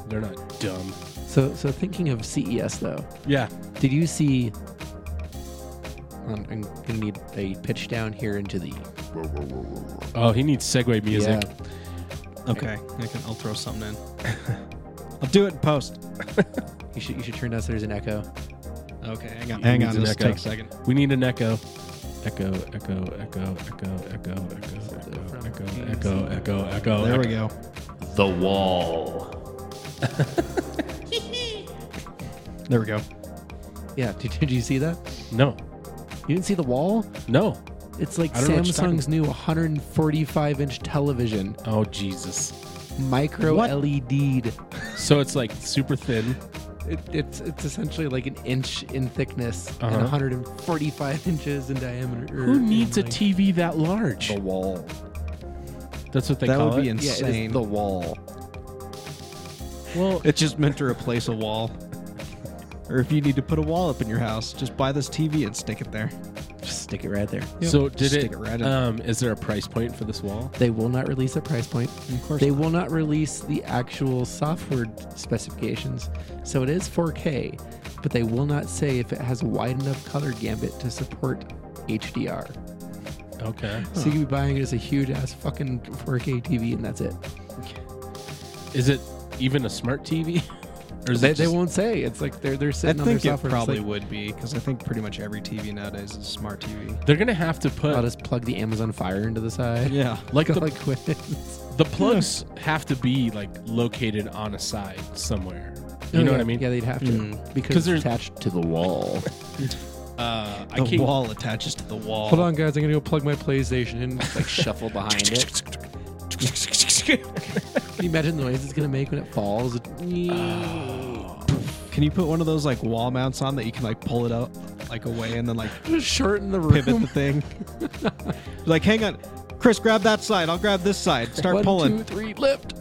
Speaker 2: they're not dumb.
Speaker 1: So so thinking of CES though,
Speaker 2: Yeah.
Speaker 1: did you see? I'm, I'm gonna need a pitch down here into the
Speaker 2: Oh, he needs segue music.
Speaker 1: Yeah.
Speaker 3: Okay, I can. I'll throw something in. I'll do it in post.
Speaker 1: You should you should turn down so there's an echo.
Speaker 3: Okay, hang on.
Speaker 2: He
Speaker 3: Hang on,
Speaker 2: needs an
Speaker 3: just
Speaker 2: echo.
Speaker 3: take a second.
Speaker 2: We need an echo. Echo, echo, echo, echo, echo, echo, echo, echo, echo, echo, echo.
Speaker 3: there we
Speaker 2: echo.
Speaker 3: go.
Speaker 4: The wall.
Speaker 3: There we go.
Speaker 1: Yeah, did, did you see that?
Speaker 2: No,
Speaker 1: You didn't see the wall?
Speaker 2: no.
Speaker 1: It's like
Speaker 2: I don't know what you're talking
Speaker 1: Samsung's new 145 inch television,
Speaker 2: Oh Jesus.
Speaker 1: micro E
Speaker 3: What?
Speaker 1: LED'd.
Speaker 2: So it's like super thin.
Speaker 1: It, it's it's essentially like an inch in thickness and
Speaker 2: Uh-huh.
Speaker 1: 145 inches in diameter.
Speaker 2: Who needs a
Speaker 1: Like-
Speaker 2: TV that large?
Speaker 3: wall.
Speaker 2: That's what they
Speaker 3: That
Speaker 2: call
Speaker 3: would be
Speaker 2: it.
Speaker 1: Yeah, it
Speaker 3: insane.
Speaker 1: is the wall.
Speaker 2: well,
Speaker 3: It's just meant to replace a wall. Or if you need to put a wall up in your house, just buy this TV and stick it there.
Speaker 1: Just stick it right there.
Speaker 2: so did
Speaker 3: Stick
Speaker 2: it?
Speaker 3: it right in.
Speaker 2: um, is there a price point for this wall?
Speaker 1: They will not release a price point.
Speaker 3: Of course.
Speaker 1: They will not release the actual software specifications. So it is 4K, but they will not say if it has a wide enough color gambit to support HDR.
Speaker 2: Okay.
Speaker 1: So you could be buying it as a huge ass fucking 4K TV and that's it.
Speaker 2: Is it even a smart TV? Or is
Speaker 1: They,
Speaker 2: it
Speaker 1: they
Speaker 2: just-
Speaker 1: won't say. It's like they're they're
Speaker 3: I
Speaker 1: sitting on
Speaker 3: think
Speaker 1: their
Speaker 3: it
Speaker 1: software.
Speaker 3: probably
Speaker 1: it's like,
Speaker 3: would be because I think pretty much every TV nowadays is a smart TV.
Speaker 2: They're gonna have to put
Speaker 1: I'll just plug the Amazon Fire into the side.
Speaker 3: Yeah.
Speaker 2: like
Speaker 1: Go
Speaker 2: the
Speaker 1: like quit.
Speaker 2: the plugs have to be like located on a side somewhere. You
Speaker 1: Oh,
Speaker 2: know
Speaker 1: yeah.
Speaker 2: what I mean? Hmm.
Speaker 1: Yeah, they'd have to
Speaker 3: Mm.
Speaker 1: because
Speaker 2: they're-
Speaker 1: it's attached to the wall.
Speaker 2: Uh, I
Speaker 3: The
Speaker 2: can't.
Speaker 3: wall attaches to the wall.
Speaker 1: Hold on, guys. I'm gonna go plug my PlayStation in. Like shuffle behind it. Can you imagine the noise it's gonna make when it falls?
Speaker 3: Can you put one of those like wall mounts on that you can like pull it up like away and then like
Speaker 1: Just shorten the room.
Speaker 3: pivot the thing? like, hang on, Chris, grab that side. I'll grab this side. Start
Speaker 1: One,
Speaker 3: pulling.
Speaker 1: two, three, lift.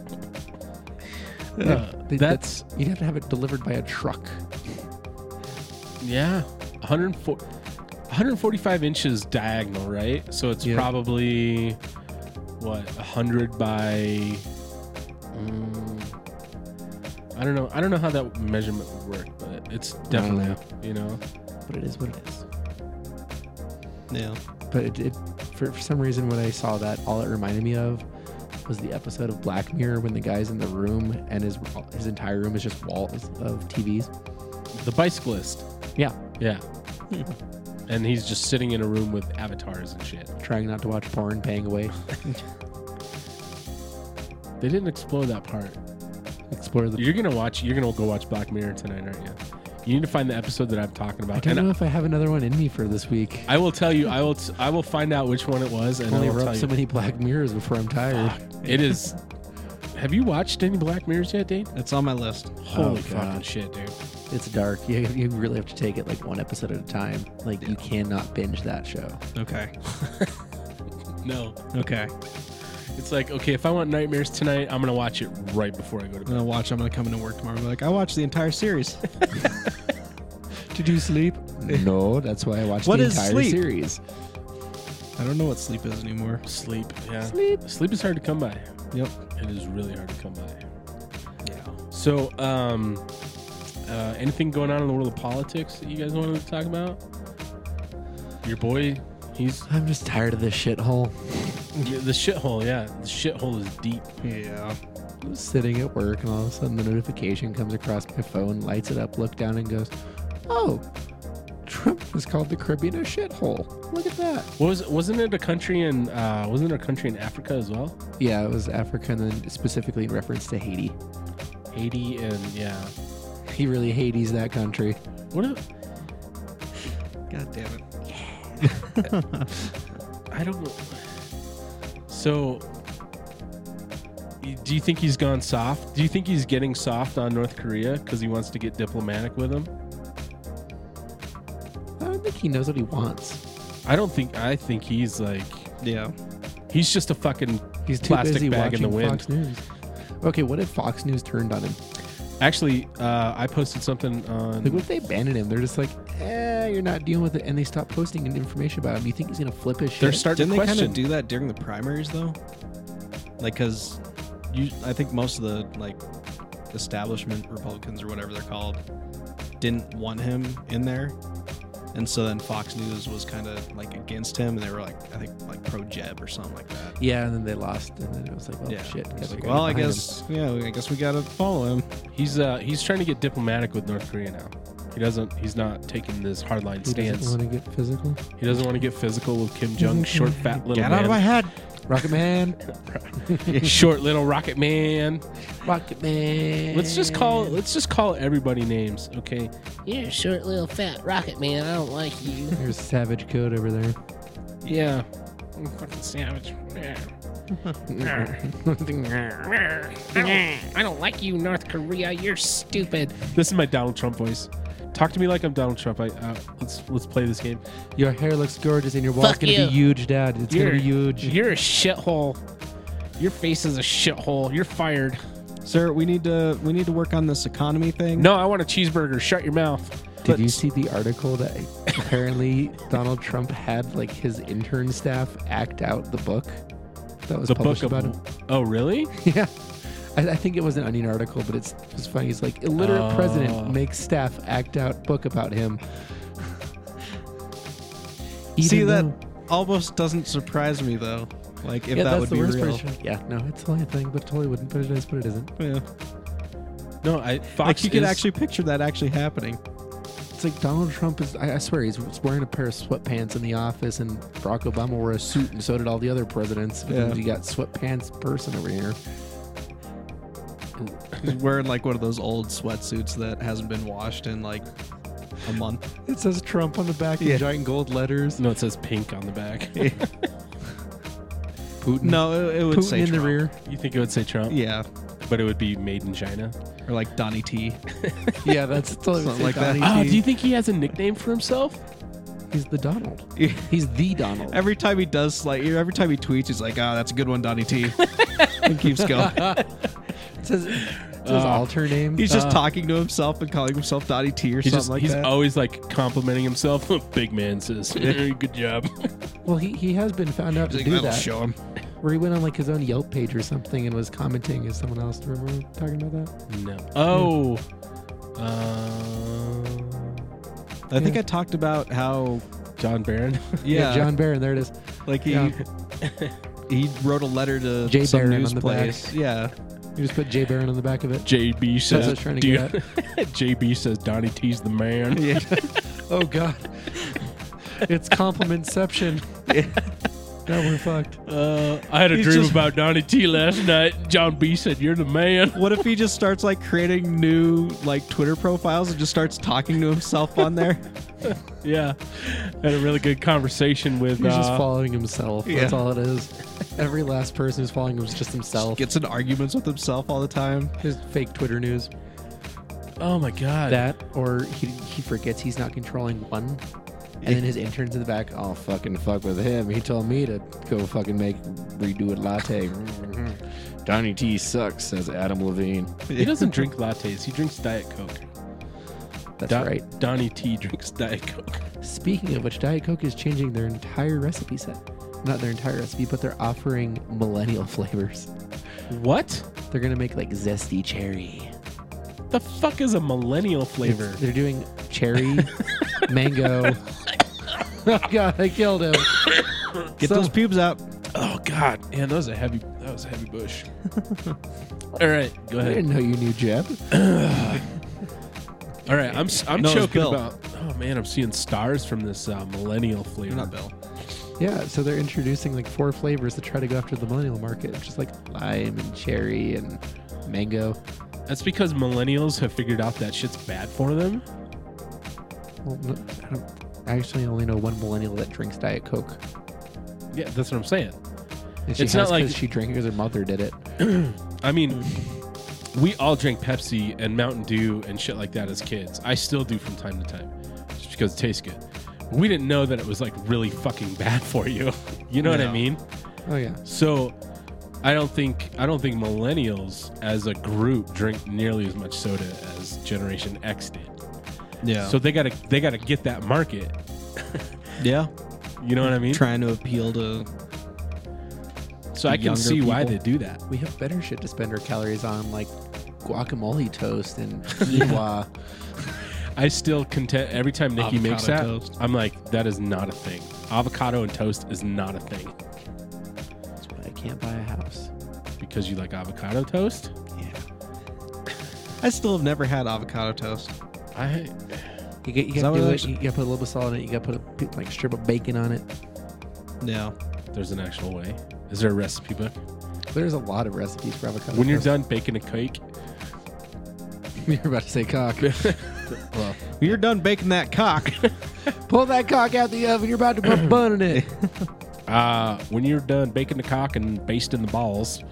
Speaker 2: Uh,
Speaker 1: They-
Speaker 2: that's
Speaker 1: You'd have to have it delivered by a truck.
Speaker 2: yeah, 104, 145 inches diagonal, right? So it's
Speaker 1: Yeah.
Speaker 2: probably what hundred by. um, I don't know. I don't know how that measurement would work, but it's definitely
Speaker 1: know.
Speaker 2: you know.
Speaker 1: But it is what it is.
Speaker 3: Yeah.
Speaker 1: But it, it for, for some reason when I saw that, all it reminded me of was the episode of Black Mirror when the guy's in the room and his his entire room is just walls of TVs.
Speaker 2: The bicyclist.
Speaker 1: Yeah,
Speaker 2: Yeah.
Speaker 1: Hmm.
Speaker 2: And he's just sitting in a room with avatars and shit.
Speaker 1: trying not to watch porn, paying away.
Speaker 2: They didn't explore that part.
Speaker 1: Explore the.
Speaker 2: You're gonna watch. You're gonna go watch Black Mirror tonight, aren't you? You need to find the episode that I'm talking
Speaker 1: I
Speaker 2: about.
Speaker 1: don't
Speaker 2: and
Speaker 1: know if I have another one in me for this week.
Speaker 2: I will tell you. I will. T- I will find out which one it was, and
Speaker 1: I only
Speaker 2: I will tell
Speaker 1: rubbed so
Speaker 2: you.
Speaker 1: many Black Mirrors before I'm tired.
Speaker 2: It is. Have you watched any Black Mirrors yet, Dave?
Speaker 3: It's on my list.
Speaker 2: Holy
Speaker 1: Oh, God.
Speaker 2: fucking shit, dude!
Speaker 1: It's dark. You, you really have to take it like one episode at a time. Like you cannot binge that show.
Speaker 3: Okay.
Speaker 2: No,
Speaker 3: Okay.
Speaker 2: it's like okay. If I want nightmares tonight, I'm gonna watch it right before I go to
Speaker 3: I'm
Speaker 2: bed.
Speaker 3: gonna watch. I'm gonna come into work tomorrow. and be like, I watched the entire series.
Speaker 1: Did you sleep? No, that's why I watched
Speaker 3: What
Speaker 1: the
Speaker 3: is
Speaker 1: entire
Speaker 3: sleep?
Speaker 1: series.
Speaker 3: I don't know what sleep is anymore.
Speaker 2: Sleep. Yeah.
Speaker 1: Sleep.
Speaker 2: Sleep is hard to come by.
Speaker 3: Yep.
Speaker 2: It is really hard to come by.
Speaker 3: Yeah.
Speaker 2: So, um, uh, anything going on in the world of politics that you guys wanted to talk about? Your boy, he's
Speaker 1: I'm just tired of this shithole.
Speaker 2: Yeah, the shithole, yeah. The shithole is deep.
Speaker 3: Yeah.
Speaker 1: I'm sitting at work and all of a sudden the notification comes across my phone, lights it up, look down and goes, Oh, Trump just called the Caribbean a shithole. Look at that.
Speaker 2: What was wasn't it a country in uh wasn't it a country in Africa as well?
Speaker 1: Yeah, it was Africa and then specifically in reference to Haiti.
Speaker 2: Haiti and yeah.
Speaker 1: He really Hades that country.
Speaker 2: What if
Speaker 3: God damn it.
Speaker 2: I don't So y- do you think he's gone soft? Do you think he's getting soft on North Korea because he wants to get diplomatic with him?
Speaker 1: I don't think he knows what he wants.
Speaker 2: I don't think. I think he's like
Speaker 3: Yeah.
Speaker 2: he's just a fucking
Speaker 1: He's too
Speaker 2: plastic
Speaker 1: busy
Speaker 2: bag
Speaker 1: watching
Speaker 2: in the wind.
Speaker 1: Fox News. Okay, what if Fox News turned on him?
Speaker 2: Actually, uh, I posted something on.
Speaker 1: Like, what if they abandoned him? They're just like, eh, you're not dealing with it, and they stop posting information about him. You think he's gonna flip his shit?
Speaker 2: They're starting
Speaker 3: Didn't
Speaker 2: to
Speaker 3: they kind
Speaker 2: question.
Speaker 3: of do that during the primaries though? Like, cause you, I think most of the like establishment Republicans or whatever they're called didn't want him in there, and so then Fox News was kind of like against him, and they were like, I think like pro Jeb or something like that.
Speaker 1: yeah, and then they lost, and then it was like, oh
Speaker 3: yeah.
Speaker 1: shit.
Speaker 3: It's
Speaker 1: gotta
Speaker 3: like,
Speaker 1: go
Speaker 3: well, I
Speaker 1: behind him.
Speaker 3: guess yeah, I guess we gotta follow him.
Speaker 2: He's uh he's trying to get diplomatic with North Korea now. He doesn't. He's not taking this hardline
Speaker 1: He doesn't
Speaker 2: stance.
Speaker 1: want to get physical.
Speaker 2: He doesn't want to get physical with Kim Jong, short, fat little man.
Speaker 3: head.
Speaker 1: Rocket Man,
Speaker 2: Short little Rocket Man.
Speaker 1: Rocket Man.
Speaker 2: Let's just call. Let's just call everybody names, okay?
Speaker 5: You're a short little fat rocket man. I don't like you.
Speaker 1: There's Savage Code over there.
Speaker 2: Yeah. I'm fucking savage.
Speaker 5: I don't like you, North Korea. You're stupid.
Speaker 2: This is my Donald Trump voice. Talk to me like I'm Donald Trump. I, uh, let's let's play this game.
Speaker 1: Your hair looks gorgeous, and your wall's
Speaker 5: Fuck
Speaker 1: gonna
Speaker 5: you.
Speaker 1: be huge, Dad. It's
Speaker 2: You're-
Speaker 1: gonna be huge.
Speaker 2: You're a shithole. Your face is a shithole. You're fired.
Speaker 3: Sir, we need to we need to work on this economy thing.
Speaker 2: No, I want a cheeseburger. Shut your mouth.
Speaker 1: Did you see the article that apparently Donald Trump had like his intern staff act out the book that was
Speaker 2: The book
Speaker 1: published
Speaker 2: of.
Speaker 1: about him?
Speaker 2: Oh, really?
Speaker 1: Yeah. I, I think it was an Onion article, but it's just funny. He's like, illiterate
Speaker 2: Oh.
Speaker 1: president makes staff act out book about him.
Speaker 3: See
Speaker 1: Even
Speaker 3: that
Speaker 1: though-
Speaker 3: almost doesn't surprise me though. Like if
Speaker 1: yeah,
Speaker 3: that
Speaker 1: that's
Speaker 3: would
Speaker 1: the
Speaker 3: be
Speaker 1: worst
Speaker 3: real.
Speaker 1: version. Yeah, no, it's totally a thing, but totally wouldn't. But it is, but it isn't.
Speaker 3: Yeah.
Speaker 2: No, I. Fox
Speaker 3: Like you could
Speaker 2: is-
Speaker 3: actually picture that actually happening.
Speaker 1: It's like Donald Trump is. I, I swear, he's wearing a pair of sweatpants in the office, and Barack Obama wore a suit, and so did all the other presidents. But
Speaker 3: Yeah.
Speaker 1: then you got sweatpants person over here.
Speaker 3: He's wearing like one of those old sweatsuits that hasn't been washed in like a month.
Speaker 1: It says Trump on the back in
Speaker 3: Yeah.
Speaker 1: giant gold letters.
Speaker 2: No, it says pink on the back.
Speaker 1: Putin.
Speaker 3: No, it, it would
Speaker 1: Putin
Speaker 3: say
Speaker 1: in
Speaker 3: Trump.
Speaker 1: the rear.
Speaker 2: you think it would say Trump?
Speaker 3: Yeah,
Speaker 2: But it would be made in China.
Speaker 3: or like Donnie T.
Speaker 1: Yeah, that's totally
Speaker 3: Something like that.
Speaker 1: Ah,
Speaker 2: Oh, do you think he has a nickname for himself?
Speaker 1: He's the Donald. He's the Donald.
Speaker 3: Every time he does, like every time he tweets, he's like, "Ah, that's a good one, Donnie T." and keeps going.
Speaker 1: It's his, it's his alter name.
Speaker 3: He's just
Speaker 1: Uh,
Speaker 3: talking to himself and calling himself Donnie T or
Speaker 2: He's
Speaker 3: something
Speaker 2: just
Speaker 3: like
Speaker 2: he's
Speaker 3: that.
Speaker 2: always like complimenting himself. Big man says, "Good job."
Speaker 1: well, he, he has been found out to
Speaker 3: He's like,
Speaker 1: do
Speaker 3: That'll
Speaker 1: that.
Speaker 3: show him.
Speaker 1: Where he went on like his own Yelp page or something and was commenting. Is someone else remember talking about that?
Speaker 2: No. Oh. Uh,
Speaker 3: I think
Speaker 1: Yeah.
Speaker 3: I talked about how
Speaker 2: John Barron.
Speaker 3: yeah,
Speaker 1: John Barron. There it is.
Speaker 3: like he
Speaker 1: yeah.
Speaker 3: he wrote a letter to
Speaker 1: Jay
Speaker 3: some
Speaker 1: Barron on
Speaker 3: news
Speaker 1: the
Speaker 3: place.
Speaker 1: back.
Speaker 3: Yeah,
Speaker 1: You just put Jay Barron on the back of it.
Speaker 2: JB
Speaker 1: That's what I
Speaker 2: says.
Speaker 1: was trying to
Speaker 2: "Do-
Speaker 1: get
Speaker 2: JB says Donnie T's the man.
Speaker 3: yeah.
Speaker 1: Oh God, it's complimentception. now we're fucked.
Speaker 2: Uh, I had a
Speaker 3: He's
Speaker 2: dream
Speaker 3: just-
Speaker 2: about Donnie T last night. John B said you're the man.
Speaker 3: what if he just starts like creating new like Twitter profiles and just starts talking to himself on there?
Speaker 2: yeah, had a really good conversation with.
Speaker 1: He's just
Speaker 2: uh,
Speaker 1: following himself. That's
Speaker 3: Yeah.
Speaker 1: all it is. Every last person who's following him is just himself.
Speaker 3: Gets in arguments with himself all the time.
Speaker 1: His fake Twitter news.
Speaker 2: oh my god.
Speaker 1: That or he, he forgets he's not controlling one. And then his intern's in the back, I'll fucking fuck with him. He told me to go fucking make redo it latte. Mm-hmm.
Speaker 4: Donny T sucks, says Adam Levine.
Speaker 2: he doesn't drink lattes. He drinks Diet Coke.
Speaker 1: That's
Speaker 2: Don-
Speaker 1: right.
Speaker 2: Donnie T drinks Diet Coke.
Speaker 1: Speaking of which, Diet Coke is changing their entire recipe set. Not their entire recipe, but they're offering millennial flavors.
Speaker 2: What?
Speaker 1: They're gonna make like zesty cherry.
Speaker 2: The fuck is a millennial flavor?
Speaker 1: They're doing cherry, mango. oh god, I killed him.
Speaker 3: Get
Speaker 1: So-
Speaker 3: those pubes out.
Speaker 2: Oh god, man, that was a heavy that was a heavy bush. All right, go
Speaker 1: I
Speaker 2: ahead.
Speaker 1: didn't know you knew Jeb.
Speaker 2: All right, I'm s- I'm
Speaker 3: No, it was
Speaker 2: choking
Speaker 3: Bill.
Speaker 2: about. Oh man, I'm seeing stars from this uh, millennial flavor.
Speaker 3: You're not Bill.
Speaker 1: Yeah, so they're introducing like four flavors to try to go after the millennial market, just like lime and cherry and mango.
Speaker 2: That's because millennials have figured out that shit's bad for them.
Speaker 1: Well, no, I, don't, I actually only know one millennial that drinks Diet Coke,
Speaker 2: Yeah, that's what I'm saying.
Speaker 1: and she
Speaker 2: It's not
Speaker 1: has
Speaker 2: like-
Speaker 1: because she drank it because her mother did it.
Speaker 2: I mean, we all drank Pepsi and Mountain Dew and shit like that as kids. I still do from time to time, just because it tastes good. We didn't know that it was like really fucking bad for you. You know what I
Speaker 3: No.
Speaker 2: mean?
Speaker 1: Oh yeah,
Speaker 2: So I don't think I don't think millennials as a group drink nearly as much soda as Generation X did.
Speaker 3: Yeah.
Speaker 2: So they gotta they gotta get that market.
Speaker 3: yeah.
Speaker 2: You know what I mean?
Speaker 3: Trying to appeal to
Speaker 2: so I can
Speaker 3: younger
Speaker 2: see why
Speaker 3: people.
Speaker 2: they do that.
Speaker 1: we have better shit to spend our calories on, like guacamole toast and quinoa.
Speaker 2: I still contend every time Nikki
Speaker 3: Avocado
Speaker 2: makes that,
Speaker 3: toast.
Speaker 2: I'm like, that is not a thing. Avocado and toast is not a thing
Speaker 1: That's why I can't buy a house.
Speaker 2: because you like avocado toast.
Speaker 3: I still have never had avocado toast.
Speaker 2: I
Speaker 1: You, get, you
Speaker 3: Is that
Speaker 1: gotta
Speaker 3: what
Speaker 1: do
Speaker 3: it
Speaker 1: it.
Speaker 3: is?
Speaker 1: You gotta put a little salt in it. You gotta put a p- like strip of bacon on it.
Speaker 3: Yeah.
Speaker 2: There's an actual way. Is there a recipe book?
Speaker 1: There's a lot of recipes for avocado.
Speaker 2: When you're
Speaker 1: toast.
Speaker 2: done baking a cake,
Speaker 1: you're about to say cock.
Speaker 3: You're done baking that cock.
Speaker 1: Pull that cock out the oven. You're about to put a bun in it.
Speaker 2: uh, when you're done baking the cock and basting the balls,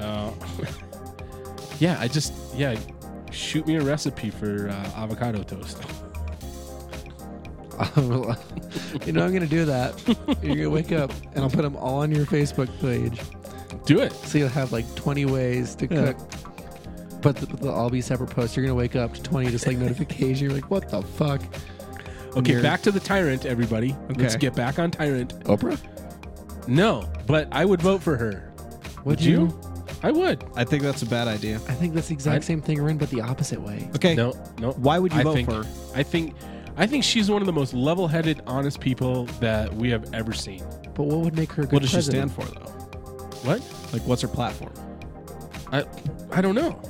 Speaker 2: uh, yeah, I just yeah, shoot me a recipe for uh, avocado toast.
Speaker 1: you know I'm gonna do that. You're gonna wake up and I'll put them all on your Facebook page,
Speaker 2: Do it.
Speaker 1: so you'll have like 20 ways to
Speaker 3: Yeah.
Speaker 1: cook. But th- they'll all be separate posts. You're gonna wake up to 20 just like notification. You're like, what the fuck?
Speaker 2: Okay,
Speaker 3: You're-
Speaker 2: back to the tyrant, everybody. Let's
Speaker 3: Okay.
Speaker 2: get back on tyrant.
Speaker 4: Oprah?
Speaker 2: No, but I would vote for her.
Speaker 1: Would
Speaker 2: I would.
Speaker 3: I think that's a bad idea.
Speaker 1: I think that's the exact
Speaker 2: I-
Speaker 1: same thing we're in, but the opposite way.
Speaker 3: Okay.
Speaker 2: No, no.
Speaker 3: Why would you
Speaker 2: I
Speaker 3: vote
Speaker 2: think-
Speaker 3: for her?
Speaker 2: I think, I think she's one of the most level-headed, honest people that we have ever seen.
Speaker 1: But what would make her a good
Speaker 3: What does she
Speaker 1: president?
Speaker 3: stand for though?
Speaker 2: What?
Speaker 3: Like, what's her platform?
Speaker 2: I, I don't know.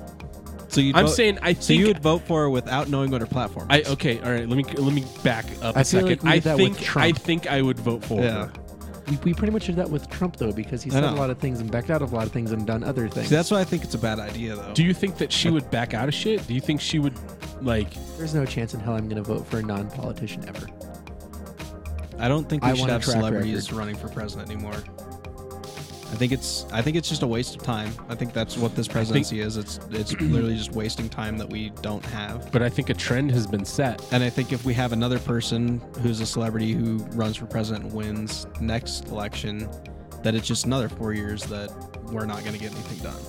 Speaker 3: So you.
Speaker 2: I'm saying I
Speaker 3: So
Speaker 2: think
Speaker 3: you would vote for her without knowing what her platform.
Speaker 2: I
Speaker 3: is.
Speaker 2: okay. All right. Let me let me back up a
Speaker 1: I feel
Speaker 2: second.
Speaker 1: like we did
Speaker 2: I
Speaker 1: that with
Speaker 2: think
Speaker 1: Trump.
Speaker 2: I think I would vote for
Speaker 3: Yeah.
Speaker 2: her.
Speaker 1: We, we pretty much did that with Trump though, because he
Speaker 3: I
Speaker 1: said a
Speaker 3: know.
Speaker 1: lot of things and backed out of a lot of things and done other things.
Speaker 3: See, that's why I think it's a bad idea though.
Speaker 2: Do you think that she would back out of shit? Do you think she would like?
Speaker 1: There's no chance in hell I'm going to vote for a non-politician ever.
Speaker 3: I don't think
Speaker 1: I
Speaker 3: we should
Speaker 1: want a
Speaker 3: have
Speaker 1: track
Speaker 3: celebrities running for president anymore. I think it's I think it's just a waste of time. I think that's what this presidency is. It's it's literally just wasting time that we don't have.
Speaker 2: But I think a trend has been set.
Speaker 3: And I think if we have another person who's a celebrity who runs for president and wins next election, that it's just another four years that we're not going to get anything done.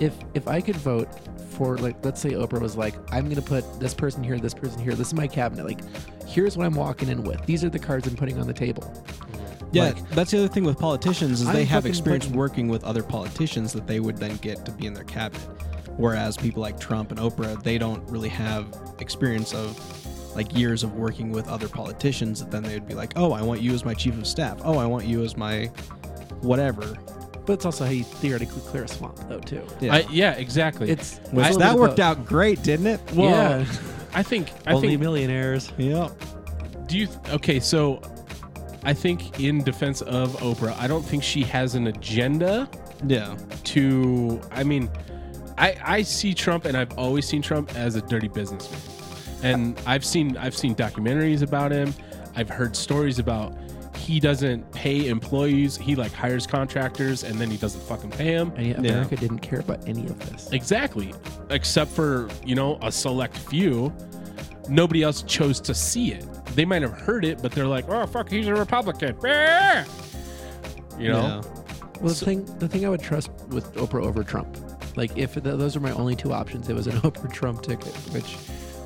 Speaker 1: If if I could vote for like let's say Oprah was like, I'm going to put this person here, this person here, this is my cabinet. Like here's what I'm walking in with. These are the cards I'm putting on the table.
Speaker 3: Yeah,
Speaker 1: Like-
Speaker 3: that's the other thing with politicians is
Speaker 1: I'm
Speaker 3: they have
Speaker 1: fucking
Speaker 3: experience
Speaker 1: putting-
Speaker 3: working with other politicians that they would then get to be in their cabinet. Whereas people like Trump and Oprah, they don't really have experience of like years of working with other politicians that then they would be like, "Oh, I want you as my chief of staff. Oh, I want you as my whatever."
Speaker 1: But it's also how you theoretically clear a swamp though too.
Speaker 3: Yeah.
Speaker 2: I, yeah exactly.
Speaker 1: It's
Speaker 3: Which-
Speaker 1: it's a
Speaker 3: that
Speaker 1: little
Speaker 3: worked
Speaker 1: bit of
Speaker 3: out great, didn't it?
Speaker 1: both.
Speaker 2: well.
Speaker 1: yeah.
Speaker 2: I think. I think.
Speaker 1: millionaires.
Speaker 3: Yeah.
Speaker 2: Do you? Th- okay, so I think in defense of Oprah, I don't think she has an agenda
Speaker 3: Yeah.
Speaker 2: to. I mean, I I see Trump, and I've always seen Trump as a dirty businessman, and I've seen I've seen documentaries about him. I've heard stories about he doesn't pay employees. He like hires contractors, and then he doesn't fucking pay them.
Speaker 1: And yet
Speaker 3: Yeah.
Speaker 1: America didn't care about any of this.
Speaker 2: Exactly. Except for, you know, a select few, nobody else chose to see it. They might have heard it, but they're like, oh, fuck, he's a Republican. Ah! You know?
Speaker 1: Well, the thing the thing I would trust with Oprah over Trump, like if th- those were my only two options, it was an Oprah Trump ticket, which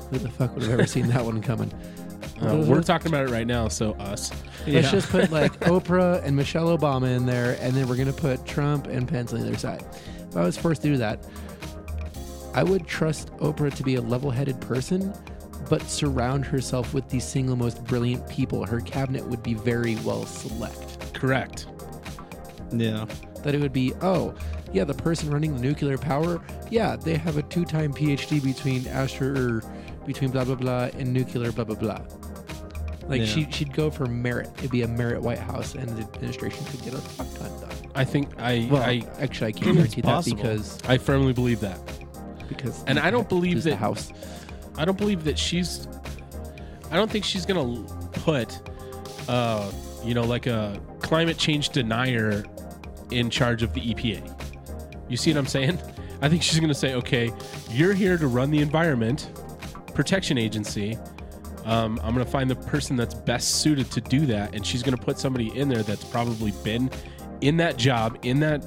Speaker 1: who the fuck would have ever seen that one coming?
Speaker 2: Uh,
Speaker 1: Uh-huh.
Speaker 2: we're talking about it right now, so us.
Speaker 1: Let's just put like Oprah and Michelle Obama in there, and then we're gonna put Trump and Pence on the other side. If I was forced to do that, I would trust Oprah to be a level-headed person, but surround herself with the single most brilliant people. Her cabinet would be very well select.
Speaker 2: Correct.
Speaker 3: Yeah.
Speaker 1: that it would be, oh, yeah, the person running the nuclear power, yeah, they have a two-time PhD between astro or between blah blah blah and nuclear blah blah blah. Like
Speaker 3: Yeah.
Speaker 1: she she'd go for merit. It'd be a merit White House, and the administration could get a fuck ton done.
Speaker 2: I think I,
Speaker 1: Well,
Speaker 2: I,
Speaker 1: actually, I can't guarantee that
Speaker 3: possible.
Speaker 1: because
Speaker 2: I firmly believe that.
Speaker 1: because
Speaker 2: And I don't believe
Speaker 1: there's
Speaker 2: that-
Speaker 1: the House.
Speaker 2: I don't believe that she's. I don't think she's gonna put, uh, you know, like a climate change denier in charge of the EPA. You see what I'm saying? I think she's gonna say, okay, you're here to run the environment protection agency. Um, I'm gonna find the person that's best suited to do that, and she's gonna put somebody in there that's probably been in that job, in that,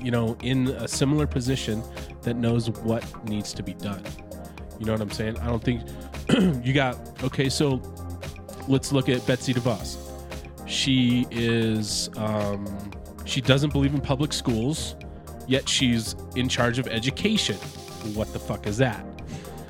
Speaker 2: you know, in a similar position that knows what needs to be done. You know what I'm saying? I don't think you got okay. So let's look at Betsy DeVos. She is um, she doesn't believe in public schools, yet she's in charge of education. What the fuck is that?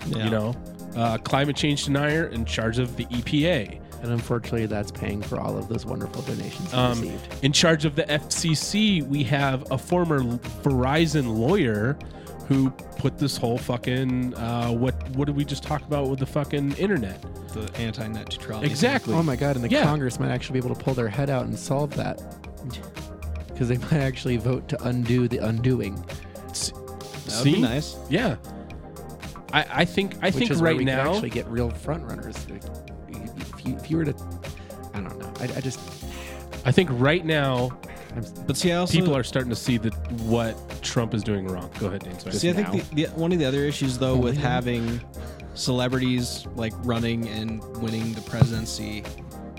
Speaker 3: Yeah.
Speaker 2: You know, uh, climate change denier in charge of the E EPA,
Speaker 1: And unfortunately, that's paying for all of those wonderful donations we
Speaker 2: Um,
Speaker 1: received.
Speaker 2: in charge of the FCC. We have a former Verizon lawyer who put this whole fucking uh, what what did we just talk about with the fucking internet?
Speaker 3: the anti-net neutrality. thing.
Speaker 2: Exactly.
Speaker 1: Oh my god, and the
Speaker 2: Yeah.
Speaker 1: Congress might actually be able to pull their head out and solve that. Because they might actually vote to undo the undoing.
Speaker 3: That would
Speaker 2: See?
Speaker 3: be nice.
Speaker 2: Yeah. I, I think I
Speaker 1: which
Speaker 2: think
Speaker 1: is where
Speaker 2: right
Speaker 1: we can
Speaker 2: now
Speaker 1: actually get real front runners. Like, If you, if you were to, I don't know. I, I just
Speaker 2: I think right now
Speaker 1: I'm,
Speaker 3: But see, I also
Speaker 2: people are starting to see that what Trump is doing wrong. Go ahead, Dan. Sorry.
Speaker 3: See, I
Speaker 1: now.
Speaker 3: think the, the, one of the other issues though with
Speaker 1: yeah.
Speaker 3: having celebrities like running and winning the presidency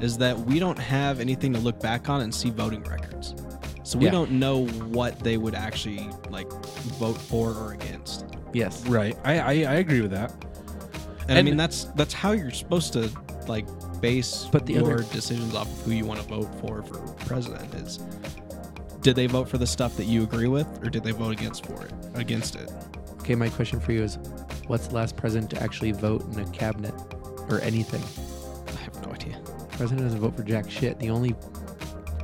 Speaker 3: is that we don't have anything to look back on and see voting records. So we
Speaker 1: Yeah.
Speaker 3: don't know what they would actually like vote for or against.
Speaker 1: yes.
Speaker 2: right. I, I I agree with that.
Speaker 3: And, I
Speaker 2: And-
Speaker 3: mean that's that's how you're supposed to like base
Speaker 1: But the
Speaker 3: your
Speaker 1: other-
Speaker 3: decisions off of who you want to vote for for president is did they vote for the stuff that you agree with or did they vote against for it against it?
Speaker 1: Okay, my question for you is, what's the last president to actually vote in a cabinet or anything?
Speaker 3: I have no idea.
Speaker 1: president doesn't vote for jack shit. The only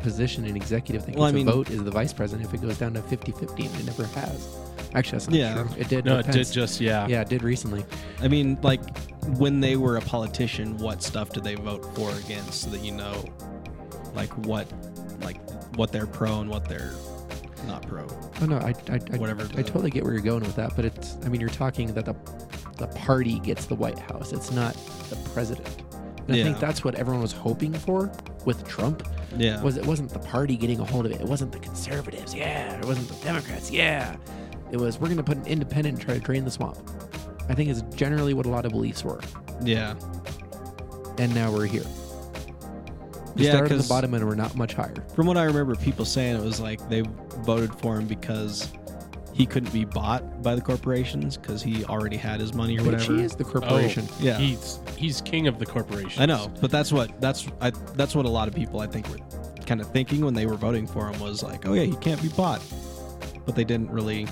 Speaker 1: position in executive that gets
Speaker 3: Well, I mean-
Speaker 1: a vote is the vice president. If it goes down to 50-50, and it never has. Actually, that's not
Speaker 3: Yeah.
Speaker 1: true. It did.
Speaker 2: No,
Speaker 1: with
Speaker 2: it did
Speaker 1: Pence.
Speaker 2: just yeah.
Speaker 1: Yeah, it did recently.
Speaker 3: I mean, like when they were a politician, what stuff did they vote for or against so that you know like what like what they're pro and what they're not pro.
Speaker 1: Oh no, I I, I,
Speaker 3: Whatever
Speaker 1: I
Speaker 3: the-
Speaker 1: totally get where you're going with that, but it's I mean you're talking that the the party gets the White House. It's not the president. And I think
Speaker 3: Yeah.
Speaker 1: that's what everyone was hoping for with Trump.
Speaker 3: Yeah.
Speaker 1: Was it wasn't the party getting a hold of it. It wasn't the conservatives, yeah. It wasn't the Democrats, yeah. It was we're gonna put an independent and try to drain the swamp. I think is generally what a lot of beliefs were.
Speaker 3: yeah.
Speaker 1: And now we're here. We
Speaker 3: Yeah,
Speaker 1: started at the
Speaker 3: 'cause-
Speaker 1: bottom and we're not much higher.
Speaker 3: From what I remember people saying it was like they voted for him because he couldn't be bought by the corporations cuz he already had his money or
Speaker 1: But
Speaker 3: whatever.
Speaker 1: she is the
Speaker 2: Oh,
Speaker 1: corporation.
Speaker 3: Yeah.
Speaker 2: He's he's king of the corporation.
Speaker 3: I know, but that's what that's I that's what a lot of people I think were kind of thinking when they were voting for him was like, "Oh yeah, he can't be bought." But they didn't really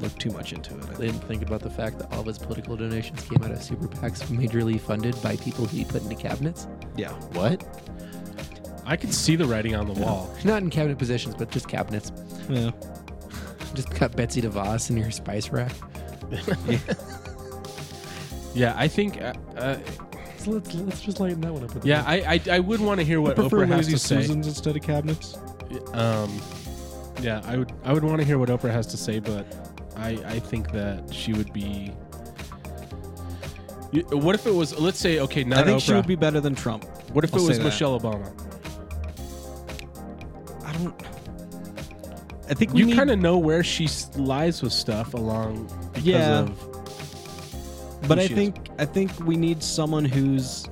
Speaker 3: look too much into it. I
Speaker 1: They didn't think about the fact that all of his political donations came out of super PACs majorly funded by people who he put into cabinets.
Speaker 3: Yeah.
Speaker 4: What?
Speaker 2: I can see the writing on the wall.
Speaker 1: Not in cabinet positions, but just cabinets.
Speaker 3: Yeah.
Speaker 1: Just cut Betsy DeVos in your spice rack.
Speaker 2: Yeah, I think. Uh, uh,
Speaker 1: So let's, let's just lighten that one up with
Speaker 2: yeah, I, I I would want to hear what Oprah has to say.
Speaker 3: instead of cabinets.
Speaker 2: Um, yeah, I would I would want to hear what Oprah has to say, but I I think that she would be. You- What if it was? Let's say okay, not
Speaker 3: I think
Speaker 2: Oprah.
Speaker 3: she would be better than Trump.
Speaker 2: what if
Speaker 3: I'll
Speaker 2: it
Speaker 3: say
Speaker 2: was
Speaker 3: that.
Speaker 2: Michelle Obama?
Speaker 3: I don't. I think we
Speaker 2: You
Speaker 3: need-
Speaker 2: kind of know where she s- lies with stuff along because
Speaker 3: Yeah.
Speaker 2: of
Speaker 3: but
Speaker 2: who
Speaker 3: I
Speaker 2: she is.
Speaker 3: think I think we need someone who's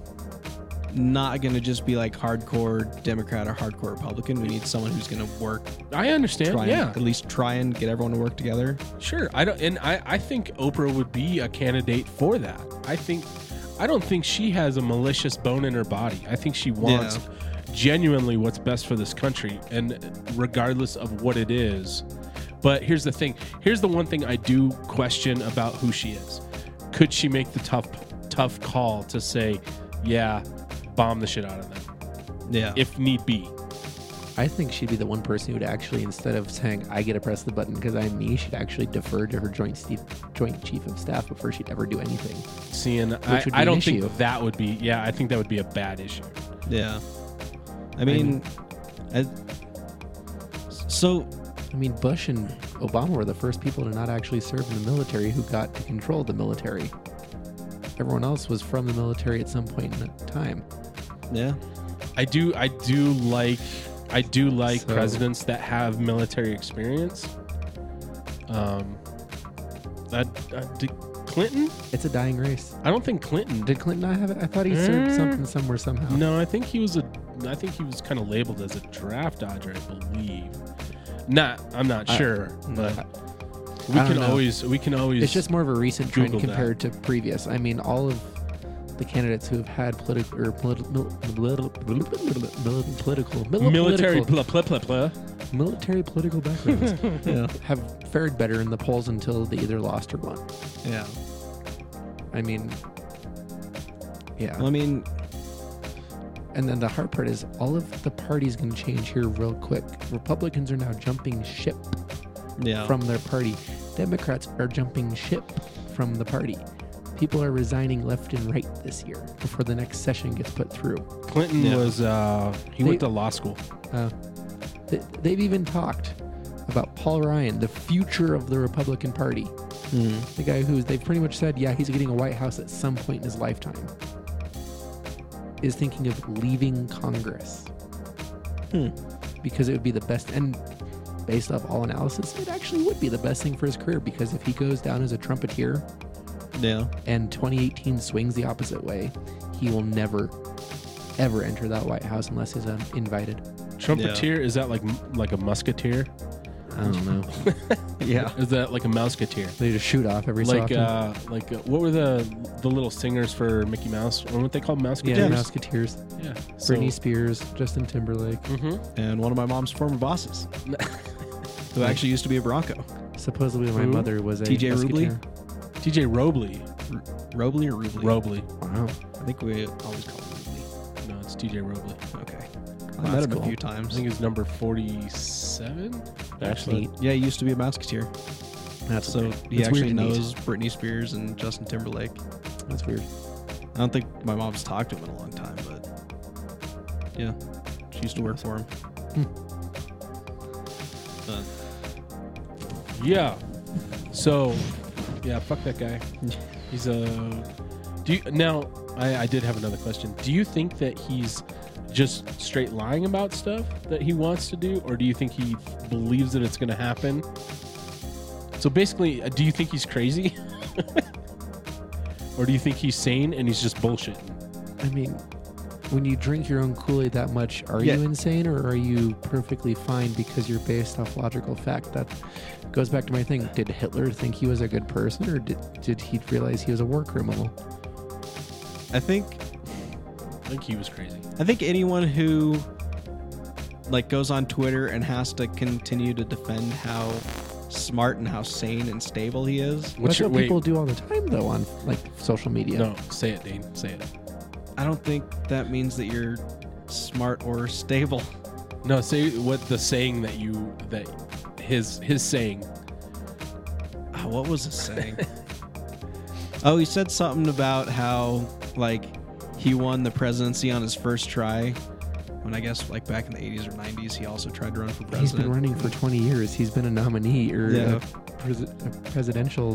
Speaker 3: not going to just be like hardcore Democrat or hardcore Republican. We need someone who's going to work,
Speaker 2: I understand.
Speaker 3: try
Speaker 2: yeah,
Speaker 3: and, at least try and get everyone to work together.
Speaker 2: Sure, I don't, and I, I think Oprah would be a candidate for that. I think, I don't think she has a malicious bone in her body. I think she wants genuinely what's best for this country, and regardless of what it is. But here's the thing: here's the one thing I do question about who she is. Could she make the tough, tough call to say, "Yeah, bomb the shit out of them
Speaker 3: Yeah.
Speaker 2: if need be"?
Speaker 1: I think she'd be the one person who would actually, instead of saying, I get to press the button because I'm me, she'd actually defer to her joint, Steve, joint chief of staff before she'd ever do anything.
Speaker 2: Seeing, I,
Speaker 1: would be
Speaker 2: I
Speaker 1: an
Speaker 2: don't
Speaker 1: issue.
Speaker 2: think that would be. Yeah, I think that would be a bad issue.
Speaker 3: Yeah. I mean, I so
Speaker 1: I mean, Bush and Obama were the first people to not actually serve in the military who got to control the military. Everyone else was from the military at some point in time.
Speaker 3: yeah.
Speaker 2: I do I do like I do like
Speaker 1: So-
Speaker 2: presidents that have military experience. Um I, I, did Clinton?
Speaker 1: It's a dying race.
Speaker 2: I don't think Clinton did
Speaker 1: Did Clinton not have it? I thought he served
Speaker 2: Mm.
Speaker 1: something somewhere somehow.
Speaker 2: No, I think he was a I think he was kind of labeled as a draft dodger, I believe. Not I'm not
Speaker 1: I-
Speaker 2: sure,
Speaker 1: I-
Speaker 2: but we
Speaker 1: I
Speaker 2: can
Speaker 1: don't know.
Speaker 2: always we can always
Speaker 1: It's just more of a recent trend
Speaker 2: Google that.
Speaker 1: compared to previous. I mean, all of the candidates who have had political or politi- mil- mil- mil- political mil-
Speaker 2: military
Speaker 1: political-
Speaker 2: blah blah blah blah.
Speaker 1: military political backgrounds
Speaker 3: Yeah.
Speaker 1: have fared better in the polls until they either lost or won.
Speaker 3: Yeah.
Speaker 1: I mean, yeah.
Speaker 3: Well, I mean,
Speaker 1: And then the hard part is all of the parties going to change here real quick. Republicans are now jumping ship
Speaker 3: yeah.
Speaker 1: from their party. Democrats are jumping ship from the party. People are resigning left and right this year before the next session gets put through.
Speaker 2: Clinton
Speaker 3: Yeah.
Speaker 2: was uh, he went
Speaker 1: They-
Speaker 2: to law school.
Speaker 1: Uh, th- they've even talked about Paul Ryan, the future of the Republican Party. The guy who they've pretty much said, yeah, he's getting a White House at some point in his lifetime, is thinking of leaving Congress.
Speaker 3: Hmm.
Speaker 1: Because it would be the best, and based off all analysis, it actually would be the best thing for his career because if he goes down as a trumpeter
Speaker 3: Yeah.
Speaker 1: and 2018 swings the opposite way, he will never, ever enter that White House unless he's um, invited.
Speaker 2: Trumpeteer is that like like a musketeer?
Speaker 1: I don't know.
Speaker 3: Yeah.
Speaker 2: Is that like a mouseketeer?
Speaker 1: They just shoot off every so
Speaker 2: Like
Speaker 1: often.
Speaker 2: uh, like uh, what were the the little singers for Mickey Mouse? Or what they called
Speaker 1: yeah, the
Speaker 2: mouseketeers?
Speaker 1: Musketeers.
Speaker 2: Yeah. So,
Speaker 1: Britney Spears, Justin Timberlake.
Speaker 2: mhm.
Speaker 3: And one of my mom's former bosses, who actually used to be a Bronco.
Speaker 1: Supposedly, my
Speaker 2: Who?
Speaker 1: mother was a
Speaker 3: TJ Rubley?
Speaker 1: Musketeer.
Speaker 2: TJ Robley.
Speaker 3: Robley or Rubley?
Speaker 2: Robley.
Speaker 1: Wow.
Speaker 3: I think we always call him Rubley.
Speaker 2: No, it's TJ Robley.
Speaker 3: Okay. I
Speaker 1: That's
Speaker 3: met him
Speaker 1: cool.
Speaker 3: a few
Speaker 2: I
Speaker 3: times.
Speaker 2: think it's number 47.
Speaker 1: That's
Speaker 2: Actually,
Speaker 1: neat.
Speaker 3: Yeah, he used to be a Musketeer.
Speaker 1: That's so.
Speaker 3: So he
Speaker 1: That's
Speaker 3: actually
Speaker 1: weird and neat.
Speaker 3: knows Britney Spears and Justin Timberlake.
Speaker 1: That's weird.
Speaker 3: I don't think my mom's talked to him in a long time, but yeah, she used to work for him. Hmm. Uh, But,
Speaker 2: Yeah. So, yeah, fuck that guy. He's a. Do you now? I, I did have another question. Do you think that he's just straight lying about stuff that he wants to do, or do you think he believes that it's going to happen? So basically, uh, do you think he's crazy, or do you think he's sane and he's just bullshitting?
Speaker 1: I mean, when you drink your own Kool Aid that much, are
Speaker 3: Yeah.
Speaker 1: you insane or are you perfectly fine because you're based off logical fact? That goes back to my thing. Did Hitler think he was a good person or did, did he realize he was a war criminal?
Speaker 3: I think
Speaker 2: I think he was crazy.
Speaker 3: I think anyone who like goes on Twitter and has to continue to defend how smart and how sane and stable he is.
Speaker 1: That's what people do all the time, though, on like social media.
Speaker 2: No, say it, Dane. Say it.
Speaker 3: I don't think that means that you're smart or stable.
Speaker 2: No, say what the saying that you that his his saying.
Speaker 3: Ah, what was it saying? oh, he said something about how like he won the presidency on his first try. When I guess like back in the 80s or 90s, he also tried to run for
Speaker 1: He's been
Speaker 3: president.
Speaker 1: running for 20 years. He's been a nominee or
Speaker 3: Yeah.
Speaker 1: a, pres- a presidential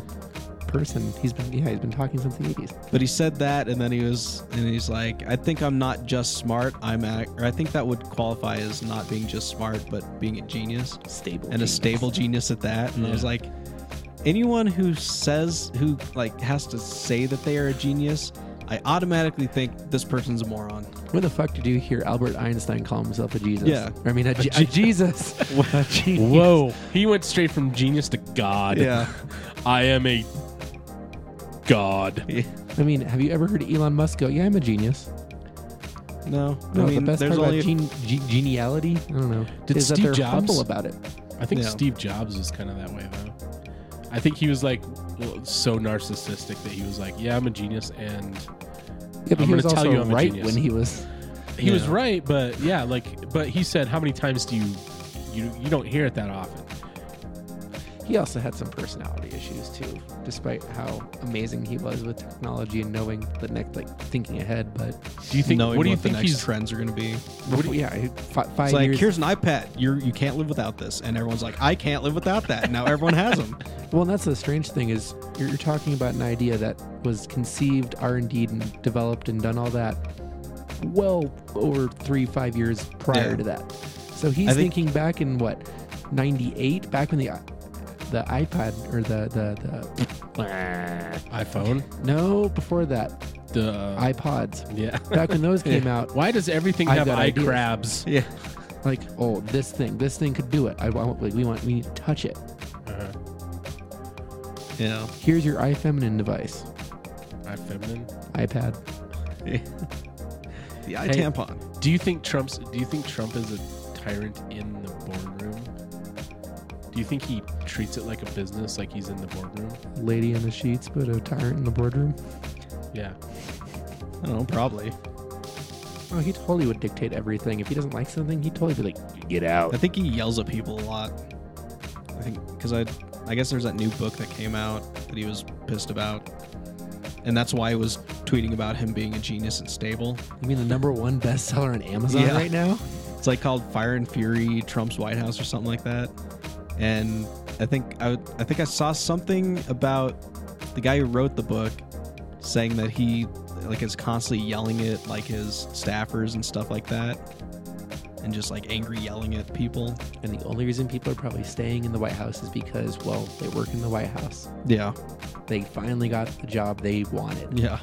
Speaker 1: person. He's been yeah, he's been talking since the 80s.
Speaker 3: But he said that, and then he was, and he's like, "I think I'm not just smart. I'm, ac or I think that would qualify as not being just smart, but being a genius."
Speaker 1: Stable
Speaker 3: and a stable genius at that. And I was
Speaker 2: Yeah.
Speaker 3: like, anyone who says who like has to say that they are a genius, I automatically think this person's a moron.
Speaker 1: When the fuck did you hear Albert Einstein call himself a Jesus?
Speaker 3: Yeah.
Speaker 1: I mean a, Je- a Jesus. a genius.
Speaker 2: Whoa. He went straight from genius to God. I am a God.
Speaker 1: I mean, have you ever heard Elon Musk go? Yeah, I'm a genius.
Speaker 3: No,
Speaker 1: No,
Speaker 3: I mean,
Speaker 1: the best
Speaker 3: there's
Speaker 1: part about
Speaker 3: only
Speaker 1: gen- ge- geniality. I don't know.
Speaker 2: Did
Speaker 1: is
Speaker 2: Steve
Speaker 1: that they're
Speaker 2: Jobs-
Speaker 1: humble about it?
Speaker 2: I think
Speaker 3: Yeah.
Speaker 2: Steve Jobs was kind of that way, though. I think he was like well, so narcissistic that he was like, yeah, I'm a genius. And
Speaker 1: Yeah, but
Speaker 2: I'm
Speaker 1: he was
Speaker 2: gonna tell
Speaker 1: also
Speaker 2: you I'm a
Speaker 1: right
Speaker 2: genius.
Speaker 1: when he was.
Speaker 2: he was
Speaker 3: Yeah.
Speaker 2: right, but yeah, like, but he said, how many times do you, you, you don't hear it that often.
Speaker 1: He also had some personality issues too, despite how amazing he was with technology and knowing the next, like thinking ahead. But
Speaker 2: Do you think,
Speaker 3: knowing
Speaker 2: what
Speaker 3: what,
Speaker 2: do you
Speaker 3: the
Speaker 2: think
Speaker 3: next
Speaker 2: he's,
Speaker 3: trends are going to be.
Speaker 1: What do you, yeah, five,
Speaker 3: It's
Speaker 1: five
Speaker 3: like
Speaker 1: years.
Speaker 3: here's an iPad. You're you can't live without this, and everyone's like, I can't live without that. Now everyone has them.
Speaker 1: well, and that's the strange thing is you're, you're talking about an idea that was conceived, R and D, and developed, and done all that well over three five years prior
Speaker 3: Yeah.
Speaker 1: to that. So he's
Speaker 3: I think-
Speaker 1: thinking back in what '98, back when the i- the iPad or the the
Speaker 2: iPhone?
Speaker 1: the no before that
Speaker 2: The,
Speaker 1: iPods.
Speaker 2: Oh. yeah.
Speaker 1: Back when those came out,
Speaker 2: Why does everything
Speaker 1: I've
Speaker 2: have
Speaker 1: got
Speaker 2: eye
Speaker 1: ideas.
Speaker 2: crabs?
Speaker 3: Yeah,
Speaker 1: like oh this thing this thing could do it. I want like we want we need to touch it.
Speaker 2: Uh-huh.
Speaker 3: yeah.
Speaker 1: Here's your iFeminine device,
Speaker 2: I feminine.
Speaker 1: iPad.
Speaker 3: The eye
Speaker 2: Hey.
Speaker 3: tampon.
Speaker 2: Do you think Trump's? Do you think Trump is a tyrant in the boardroom? Do you think he treats it like a business, like he's in the boardroom?
Speaker 1: lady in the sheets, but a tyrant in the boardroom.
Speaker 2: Yeah.
Speaker 3: I don't know, probably.
Speaker 1: Oh, he totally would dictate everything. If he doesn't like something, he'd totally be like,
Speaker 4: Get out.
Speaker 3: I think he yells at people a lot. I think because I I guess there's that new book that came out that he was pissed about, and that's why I was tweeting about him being a genius and stable.
Speaker 1: You mean the number one bestseller on Amazon
Speaker 3: Yeah.
Speaker 1: right now?
Speaker 3: It's like called Fire and Fury, Trump's White House, or something like that. And I think I, would- I think I saw something about the guy who wrote the book saying that he like is constantly yelling at like his staffers and stuff like that, and just like angry yelling at people.
Speaker 1: And the only reason people are probably staying in the White House is because, well, they work in the White House.
Speaker 3: Yeah,
Speaker 1: They finally got the job they wanted.
Speaker 3: yeah,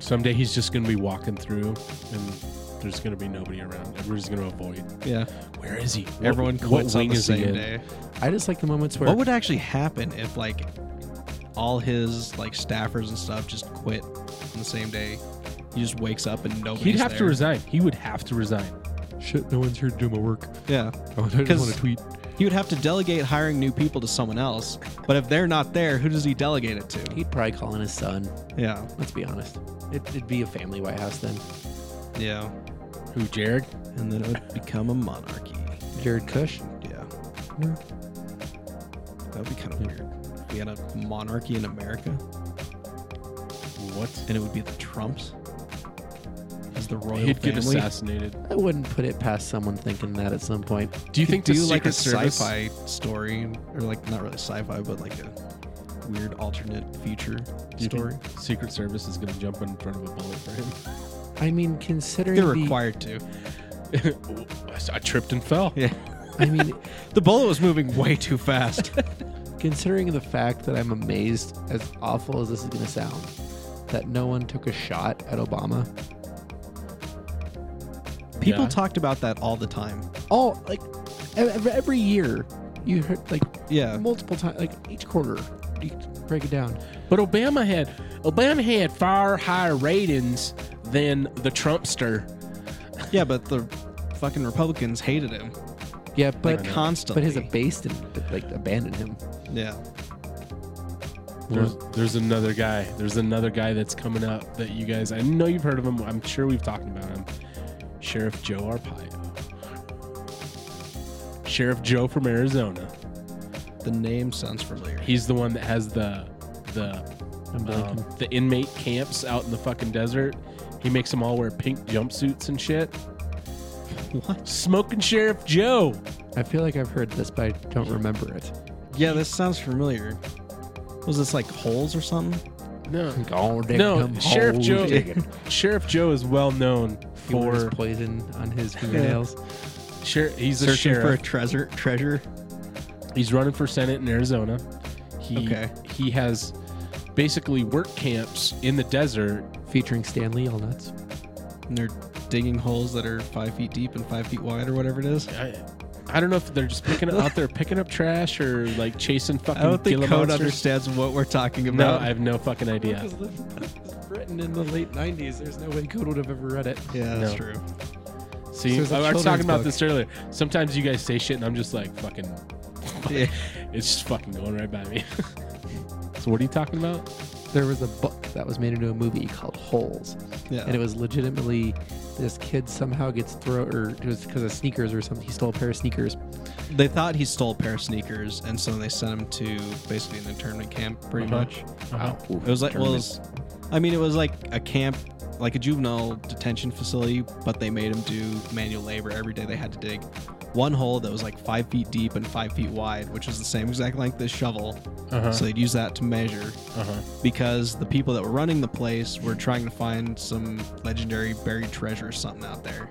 Speaker 2: Someday he's just gonna be walking through, and there's gonna be nobody around. Everybody's gonna avoid.
Speaker 3: yeah.
Speaker 2: Where is he? What-
Speaker 3: Everyone
Speaker 2: what
Speaker 3: quits on
Speaker 2: wing
Speaker 3: the
Speaker 2: is he
Speaker 3: same
Speaker 2: in?
Speaker 3: day.
Speaker 1: I just like the moments where
Speaker 3: What would actually happen if like all his like staffers and stuff just quit on the same day? He just wakes up and nobody's
Speaker 2: He'd have to
Speaker 3: there.
Speaker 2: resign. He would have to resign.
Speaker 1: shit, no one's here to do my work.
Speaker 3: yeah.
Speaker 1: Oh, I
Speaker 3: Because- wanna
Speaker 1: tweet.
Speaker 3: He would have to delegate hiring new people to someone else. But if they're not there, who does he delegate it to?
Speaker 1: He'd probably call in his son.
Speaker 3: Yeah.
Speaker 1: Let's be honest. It, it'd be a family White House then.
Speaker 3: Yeah.
Speaker 2: Who, Jared?
Speaker 3: And then it would become a monarchy.
Speaker 1: Jared Kush.
Speaker 3: Yeah.
Speaker 1: Yeah.
Speaker 3: That would be kind of weird. We had a monarchy in America,
Speaker 2: What?
Speaker 3: and it would be the Trumps. As the royal
Speaker 2: He'd get
Speaker 3: family.
Speaker 2: assassinated.
Speaker 1: I wouldn't put it past someone thinking that at some point.
Speaker 2: Do you think
Speaker 3: do
Speaker 2: the
Speaker 3: like a
Speaker 2: Secret Service?
Speaker 3: sci-fi story, or like not really sci-fi, but like a weird alternate future
Speaker 2: do you think
Speaker 3: story?
Speaker 2: Secret Service is gonna jump in front of a bullet for him.
Speaker 1: I mean, considering
Speaker 3: They're
Speaker 1: the-
Speaker 3: required to.
Speaker 2: I tripped and fell.
Speaker 3: Yeah.
Speaker 1: I mean,
Speaker 3: The bullet was moving way too fast.
Speaker 1: considering the fact that I'm amazed, as awful as this is going to sound, that no one took a shot at Obama.
Speaker 3: People
Speaker 2: Yeah.
Speaker 3: talked about that all the time.
Speaker 1: All like ev- ev- every year, you heard like
Speaker 3: Yeah.
Speaker 1: multiple times, like each quarter. You break it down.
Speaker 2: But Obama had Obama had far higher ratings than the Trumpster.
Speaker 3: Yeah, but the fucking Republicans hated him.
Speaker 1: Yeah, but
Speaker 3: like
Speaker 1: but
Speaker 3: constantly.
Speaker 1: his base didn't like abandon him.
Speaker 3: yeah.
Speaker 2: There's, there's another guy. There's another guy that's coming up that you guys. I know you've heard of him. I'm sure we've talked about him. Sheriff Joe Arpaio. Sheriff Joe from Arizona.
Speaker 3: The name sounds familiar.
Speaker 2: He's the one that has the the
Speaker 1: I'm
Speaker 2: um,
Speaker 1: blanking.
Speaker 2: the inmate camps out in the fucking desert. He makes them all wear pink jumpsuits and shit.
Speaker 3: What?
Speaker 2: Smoking Sheriff Joe.
Speaker 1: I feel like I've heard this, but I don't remember it.
Speaker 3: Yeah, this sounds familiar. Was this like holes or something?
Speaker 2: No,
Speaker 1: Go dig
Speaker 2: no.
Speaker 1: them
Speaker 2: Sheriff
Speaker 1: holes.
Speaker 2: Joe.
Speaker 1: He
Speaker 2: Sheriff Joe is well known
Speaker 1: wears
Speaker 2: for
Speaker 1: poison on his fingernails.
Speaker 2: Sher- he's a
Speaker 3: Searching for a
Speaker 2: sheriff.
Speaker 3: treasure. Treasure.
Speaker 2: he's running for senate in Arizona. He
Speaker 3: Okay.
Speaker 2: he has basically work camps in the desert.
Speaker 1: Featuring Stanley Allnuts.
Speaker 3: And they're digging holes that are five feet deep and five feet wide or whatever it is.
Speaker 2: I, I don't know if they're just picking out there picking up trash or like chasing fucking.
Speaker 3: I don't think
Speaker 2: Gila
Speaker 3: Code
Speaker 2: monsters.
Speaker 3: understands what we're talking
Speaker 2: No,
Speaker 3: about.
Speaker 2: I have no fucking idea.
Speaker 1: Written in the late '90s, there's no way Code would have ever read it.
Speaker 3: yeah, that's
Speaker 2: No.
Speaker 3: true.
Speaker 2: See,
Speaker 1: This is a
Speaker 2: I was talking
Speaker 1: children's
Speaker 2: about
Speaker 1: book.
Speaker 2: this earlier. Sometimes you guys say shit, and I'm just like fucking.
Speaker 3: Yeah.
Speaker 2: It's just fucking going right by me. so what are you talking about?
Speaker 1: There was a book that was made into a movie called Holes,
Speaker 3: Yeah.
Speaker 1: and it was legitimately this kid somehow gets throw or it was because of sneakers or something. He stole a pair of sneakers.
Speaker 3: they thought he stole a pair of sneakers, and so they sent him to basically an internment camp, pretty
Speaker 2: Uh-huh.
Speaker 3: much.
Speaker 2: Wow.
Speaker 3: It was like, well, it was- I mean, it was like a camp, like a juvenile detention facility, but they made him do manual labor every day. They had to dig one hole that was like five feet deep and five feet wide, which was the same exact length as shovel.
Speaker 2: Uh-huh.
Speaker 3: So they'd use that to measure
Speaker 2: Uh-huh.
Speaker 3: because the people that were running the place were trying to find some legendary buried treasure or something out there.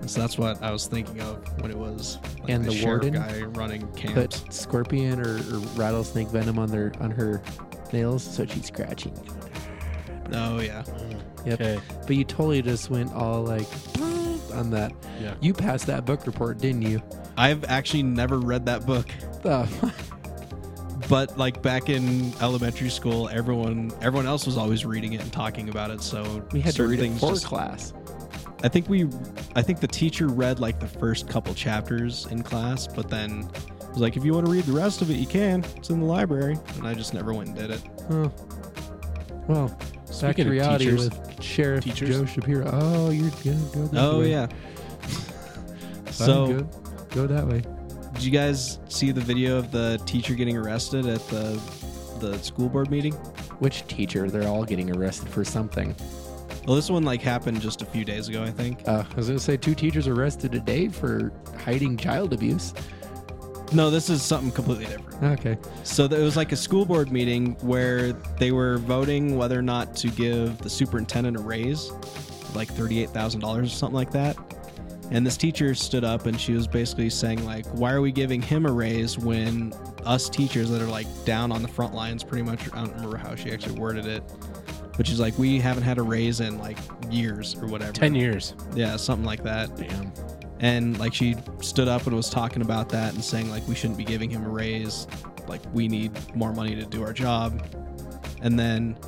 Speaker 3: And so that's what I was thinking of when it was like,
Speaker 1: And
Speaker 3: the,
Speaker 1: the
Speaker 3: sheriff
Speaker 1: warden
Speaker 3: guy running
Speaker 1: Put
Speaker 3: camps.
Speaker 1: scorpion or, or rattlesnake venom on their on her nails, so she's scratching.
Speaker 3: oh yeah,
Speaker 1: Yep.
Speaker 2: Okay.
Speaker 1: But you totally just went all like on that.
Speaker 2: Yeah.
Speaker 1: You passed that book report, didn't you?
Speaker 3: I've actually never read that book.
Speaker 1: The
Speaker 3: but like back in elementary school everyone everyone else was always reading it and talking about it so
Speaker 1: we had to
Speaker 3: certain
Speaker 1: read it
Speaker 3: things
Speaker 1: for
Speaker 3: just-
Speaker 1: class.
Speaker 3: i think we i think the teacher read like the first couple chapters in class but then was like if you want to read the rest of it you can it's in the library and i just never went and did it
Speaker 1: Huh. Well, back
Speaker 2: Speaking
Speaker 1: to
Speaker 2: of
Speaker 1: reality
Speaker 2: teachers,
Speaker 1: with Sheriff
Speaker 2: Teachers?
Speaker 1: Joe Shapiro. Oh, you're good. Go this
Speaker 3: oh
Speaker 1: way.
Speaker 3: yeah
Speaker 1: I'm
Speaker 3: so
Speaker 1: good. Go that way.
Speaker 3: Did you guys see the video of the teacher getting arrested at the the school board meeting?
Speaker 1: Which teacher? They're all getting arrested for something.
Speaker 3: Well, this one like happened just a few days ago, I think.
Speaker 1: Uh, I was going to say two teachers arrested today for hiding child abuse.
Speaker 3: No, this is something completely different.
Speaker 1: Okay.
Speaker 3: So th- it was like a school board meeting where they were voting whether or not to give the superintendent a raise, like thirty-eight thousand dollars or something like that. And this teacher stood up and she was basically saying like, "Why are we giving him a raise when us teachers that are like down on the front lines, pretty much? I don't remember how she actually worded it." But she's like, we haven't had a raise in like years or whatever.
Speaker 2: Ten years.
Speaker 3: Yeah, something like that.
Speaker 4: Damn.
Speaker 3: and like she stood up and was talking about that and saying like we shouldn't be giving him a raise like we need more money to do our job and then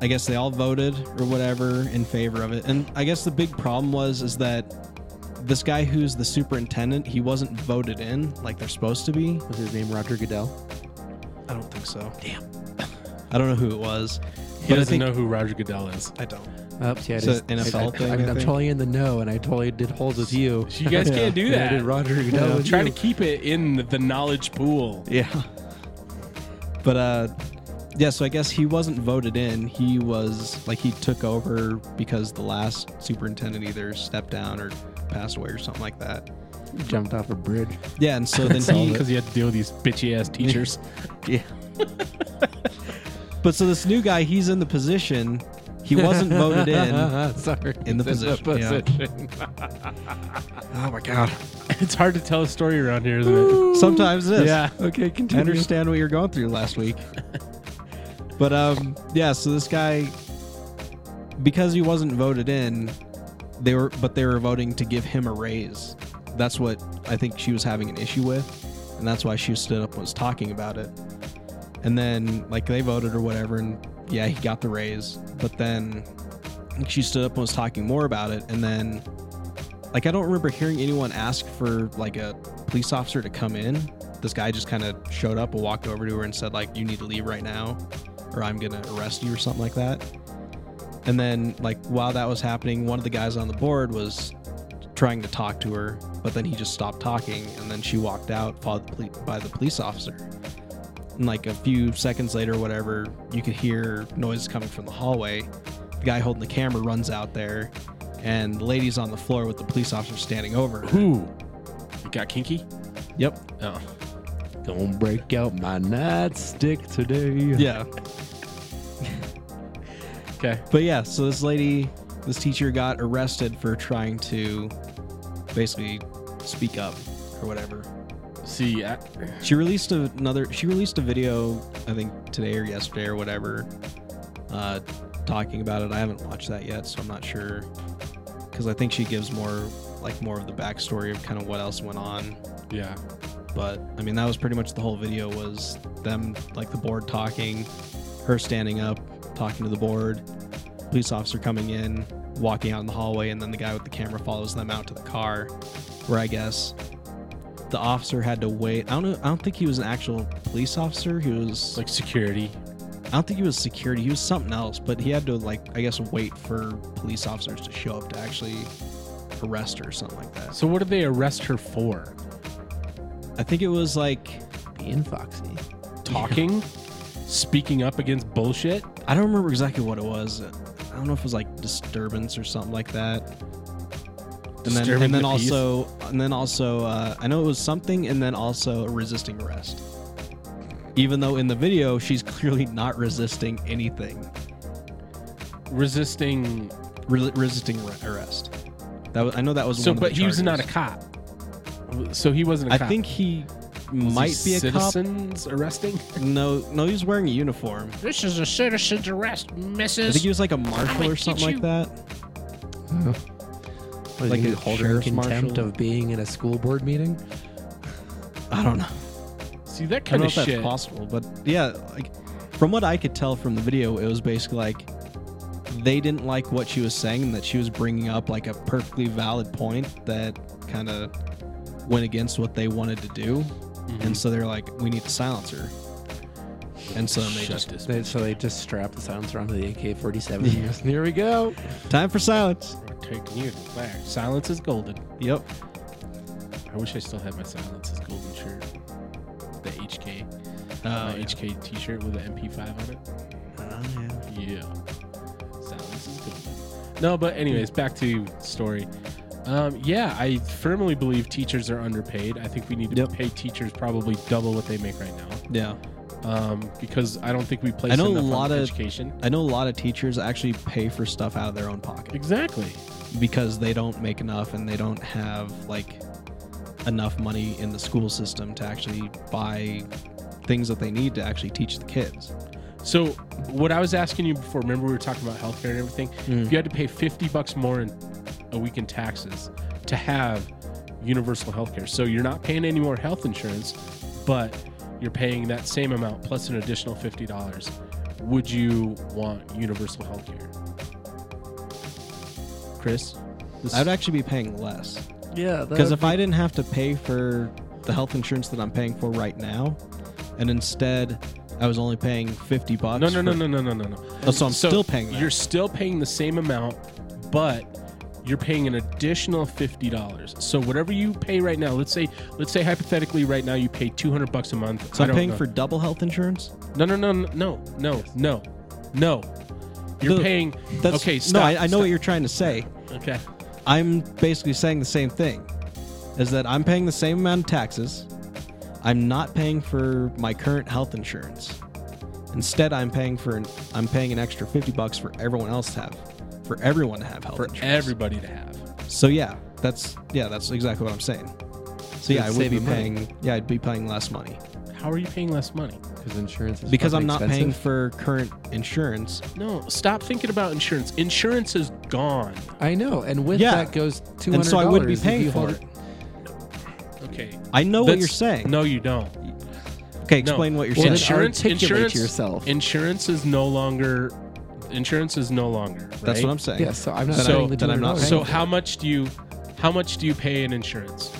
Speaker 3: i guess they all voted or whatever in favor of it and i guess the big problem was is that this guy who's the superintendent he wasn't voted in like they're supposed to be
Speaker 1: Was his name Roger Goodell?
Speaker 3: i don't think so damn i don't know who it was
Speaker 2: He
Speaker 3: but i
Speaker 2: doesn't
Speaker 3: think
Speaker 2: know who Roger Goodell is.
Speaker 3: i don't
Speaker 1: Oops, yeah, it
Speaker 3: It's
Speaker 1: is.
Speaker 3: an NFL
Speaker 1: I- I-
Speaker 3: thing,
Speaker 1: I mean,
Speaker 3: I
Speaker 1: I'm
Speaker 3: think.
Speaker 1: totally in the know, and I totally did holes with you.
Speaker 2: You guys
Speaker 3: Yeah.
Speaker 2: can't do
Speaker 1: And I
Speaker 2: that.
Speaker 1: did Roger Goodell.
Speaker 2: I'm
Speaker 1: with
Speaker 2: trying
Speaker 1: you.
Speaker 2: to keep it in the, the knowledge pool.
Speaker 3: Yeah. But uh yeah, so I guess he wasn't voted in. He was like he took over because the last superintendent either stepped down or passed away or something like that.
Speaker 1: jumped off a bridge.
Speaker 3: Yeah, and so then he
Speaker 2: Because you had to deal with these bitchy ass teachers.
Speaker 3: But so this new guy, he's in the position. He wasn't voted in. Oh
Speaker 1: Uh-huh, Sorry.
Speaker 3: In the position, yeah.
Speaker 1: Oh,
Speaker 3: my god.
Speaker 2: it's hard to tell a story around here, isn't it?
Speaker 3: Sometimes this.
Speaker 2: Yeah.
Speaker 1: Okay, continue.
Speaker 3: I understand what you're going through last week. but um, yeah, so this guy, because he wasn't voted in, they were, but they were voting to give him a raise. That's what I think she was having an issue with, and that's why she stood up and was talking about it. And then like they voted or whatever, and yeah, he got the raise. But then she stood up and was talking more about it, and then. Like I don't remember hearing anyone ask for like a police officer to come in this guy just kind of showed up and walked over to her and said like you need to leave right now or i'm gonna arrest you or something like that and then like while that was happening one of the guys on the board was trying to talk to her but then he just stopped talking and then she walked out followed the poli- by the police officer and like a few seconds later or whatever you could hear noises coming from the hallway the guy holding the camera runs out there and the lady's on the floor with the police officer standing over her.
Speaker 2: Who? It got kinky?
Speaker 3: yep
Speaker 2: Oh.
Speaker 1: Gonna break out my nightstick today.
Speaker 3: yeah
Speaker 2: Okay.
Speaker 3: But yeah, so this lady, this teacher got arrested for trying to basically speak up or whatever.
Speaker 2: See, I,
Speaker 3: She released a- another she released a video I think today or yesterday or whatever uh talking about it. I haven't watched that yet, so I'm not sure cuz I think she gives more like more of the backstory of kind of what else went on.
Speaker 2: yeah.
Speaker 3: But I mean, that was pretty much the whole video was them like the board talking, her standing up, talking to the board, police officer coming in, walking out in the hallway, and then the guy with the camera follows them out to the car, where I guess the officer had to wait. I don't know. I don't think he was an actual police officer. He was like
Speaker 2: Like security.
Speaker 3: I don't think he was security. He was something else, but he had to like I guess wait for police officers to show up to actually arrest her or something like that.
Speaker 2: So what did they arrest her for?
Speaker 3: I think it was like
Speaker 1: Being foxy.
Speaker 2: Talking? Speaking up against bullshit?
Speaker 3: I don't remember exactly what it was. I don't know if it was like disturbance or something like that. And then,
Speaker 2: Disturbing
Speaker 3: and then
Speaker 2: the peace?
Speaker 3: also, and then also, uh, I know it was something, and then also resisting arrest. Even though in the video she's clearly not resisting anything,
Speaker 2: Resisting.
Speaker 3: Re- resisting ar- arrest. That was, I know that was.
Speaker 2: So,
Speaker 3: one of
Speaker 2: but
Speaker 3: the
Speaker 2: he was not a
Speaker 3: charges.
Speaker 2: cop. So he wasn't a
Speaker 3: I
Speaker 2: cop.
Speaker 3: think he
Speaker 2: Was he
Speaker 3: might be a
Speaker 2: citizens arresting?
Speaker 3: cop. No, no, he was wearing a uniform.
Speaker 5: This is a citizen's arrest,
Speaker 3: I think he
Speaker 5: Mrs.
Speaker 3: was like a
Speaker 5: gonna
Speaker 3: marshal or something
Speaker 5: get
Speaker 3: like that.
Speaker 1: Was
Speaker 3: Like
Speaker 1: he
Speaker 3: a
Speaker 1: held in
Speaker 3: sheriff's
Speaker 1: contempt
Speaker 3: marshal?
Speaker 1: of being in a school board meeting?
Speaker 3: I don't know.
Speaker 2: See that
Speaker 3: I don't
Speaker 2: kind
Speaker 3: know
Speaker 2: of
Speaker 3: if that's
Speaker 2: shit.
Speaker 3: possible, but yeah, like from what I could tell from the video, it was basically like they didn't like what she was saying and that she was bringing up like a perfectly valid point that kind of went against what they wanted to do,
Speaker 2: Mm-hmm.
Speaker 3: and so they're like, we need to silence her, and so they
Speaker 2: Shut
Speaker 3: just
Speaker 2: this.
Speaker 1: They, so they just strapped the silencer onto the AK-47. and just, Here we go.
Speaker 3: time for silence.
Speaker 2: We're taking you to the back. Silence is golden.
Speaker 3: Yep.
Speaker 2: I wish I still had my Silence's golden shirt. The HK,
Speaker 3: Uh,
Speaker 2: my HK T-shirt with an MP5 on it.
Speaker 3: yeah.
Speaker 2: Yeah. Silence is golden. No, but anyways, back to story. Um, yeah, I firmly believe teachers are underpaid. I think we need to
Speaker 3: Yep.
Speaker 2: pay teachers probably double what they make right now
Speaker 3: Yeah.
Speaker 2: um, because I don't think we place
Speaker 3: I know a
Speaker 2: enough
Speaker 3: lot
Speaker 2: on
Speaker 3: of-
Speaker 2: education.
Speaker 3: I know a lot of teachers actually pay for stuff out of their own pocket
Speaker 2: Exactly.
Speaker 3: because they don't make enough and they don't have like enough money in the school system to actually buy things that they need to actually teach the kids.
Speaker 2: So what I was asking you before, remember we were talking about healthcare and everything. If you had to pay fifty bucks more in a week in taxes to have universal healthcare, so you're not paying any more health insurance, but you're paying that same amount plus an additional fifty dollars. Would you want universal healthcare?
Speaker 3: Chris, I'd actually be paying less.
Speaker 1: Yeah,
Speaker 3: Because if I didn't have to pay for the health insurance that I'm paying for right now, and instead I was only paying fifty bucks.
Speaker 2: No, no, no,
Speaker 3: for-
Speaker 2: no, no, no, no, no.
Speaker 3: Oh, so I'm still paying. That.
Speaker 2: You're still paying the same amount, but you're paying an additional fifty dollars. So whatever you pay right now, let's say, let's say hypothetically, right now you pay two hundred bucks a month.
Speaker 3: so
Speaker 2: I
Speaker 3: I'm
Speaker 2: don't
Speaker 3: paying
Speaker 2: know.
Speaker 3: for double health insurance.
Speaker 2: no, no, no, no, no, no, no, no. You're
Speaker 3: No,
Speaker 2: paying.
Speaker 3: That's
Speaker 2: okay,
Speaker 3: no.
Speaker 2: stop,
Speaker 3: I, I know
Speaker 2: stop.
Speaker 3: what you're trying to say.
Speaker 2: Okay.
Speaker 3: I'm basically saying the same thing, is that I'm paying the same amount of taxes. I'm not paying for my current health insurance. Instead, I'm paying for an, I'm paying an extra fifty bucks for everyone else to have, for everyone to have health
Speaker 2: For
Speaker 3: insurance.
Speaker 2: everybody to have.
Speaker 3: So yeah, that's yeah, that's exactly what I'm saying. So yeah, I
Speaker 1: It's
Speaker 3: would be
Speaker 1: saving money.
Speaker 3: paying. Yeah, I'd be paying less money
Speaker 2: How are you paying less money?
Speaker 1: because insurance is
Speaker 3: because
Speaker 1: fucking
Speaker 3: I'm not
Speaker 1: expensive.
Speaker 3: paying for current insurance.
Speaker 2: No, stop thinking about insurance. Insurance is gone.
Speaker 1: I know, and with
Speaker 3: Yeah.
Speaker 1: that goes two hundred.
Speaker 3: And so I wouldn't be paying for it.
Speaker 2: Okay.
Speaker 3: I know what
Speaker 2: That's-
Speaker 3: you're saying.
Speaker 2: No, you don't.
Speaker 3: okay, explain
Speaker 2: no.
Speaker 3: what you're
Speaker 1: Well,
Speaker 3: saying.
Speaker 1: then- articulate yourself.
Speaker 2: Insurance is no longer. Insurance is no longer. Right?
Speaker 3: That's what I'm saying.
Speaker 1: Yeah, so I'm not
Speaker 2: So-
Speaker 1: paying the
Speaker 3: then I'm not
Speaker 1: $200.
Speaker 3: saying.
Speaker 2: So how much do you, how much do you pay in insurance?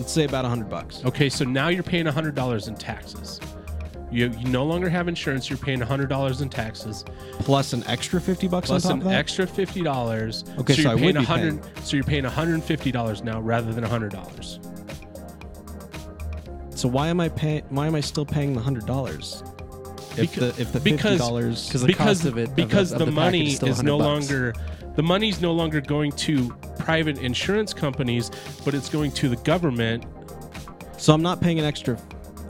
Speaker 3: Let's say about hundred bucks.
Speaker 2: Okay, so now you're paying hundred dollars in taxes. You, you no longer have insurance. You're paying hundred dollars in taxes
Speaker 3: Plus an extra fifty bucks
Speaker 2: plus
Speaker 3: on top
Speaker 2: an
Speaker 3: of that.
Speaker 2: extra fifty dollars.
Speaker 3: Okay, so
Speaker 2: you're
Speaker 3: I would
Speaker 2: paying
Speaker 3: be
Speaker 2: 100 So you're paying hundred and fifty dollars now rather than hundred dollars.
Speaker 3: so why am I paying? Why am I still paying the hundred dollars? If
Speaker 2: Because-
Speaker 3: the if the fifty
Speaker 2: because-
Speaker 3: dollars
Speaker 1: because the
Speaker 2: because
Speaker 1: cost of it of the-
Speaker 2: because
Speaker 1: of
Speaker 2: the,
Speaker 1: the package
Speaker 2: money
Speaker 1: is still
Speaker 2: is no
Speaker 1: 100 bucks.
Speaker 2: longer the money's no longer going to private insurance companies, but it's going to the government.
Speaker 3: so I'm not paying an extra.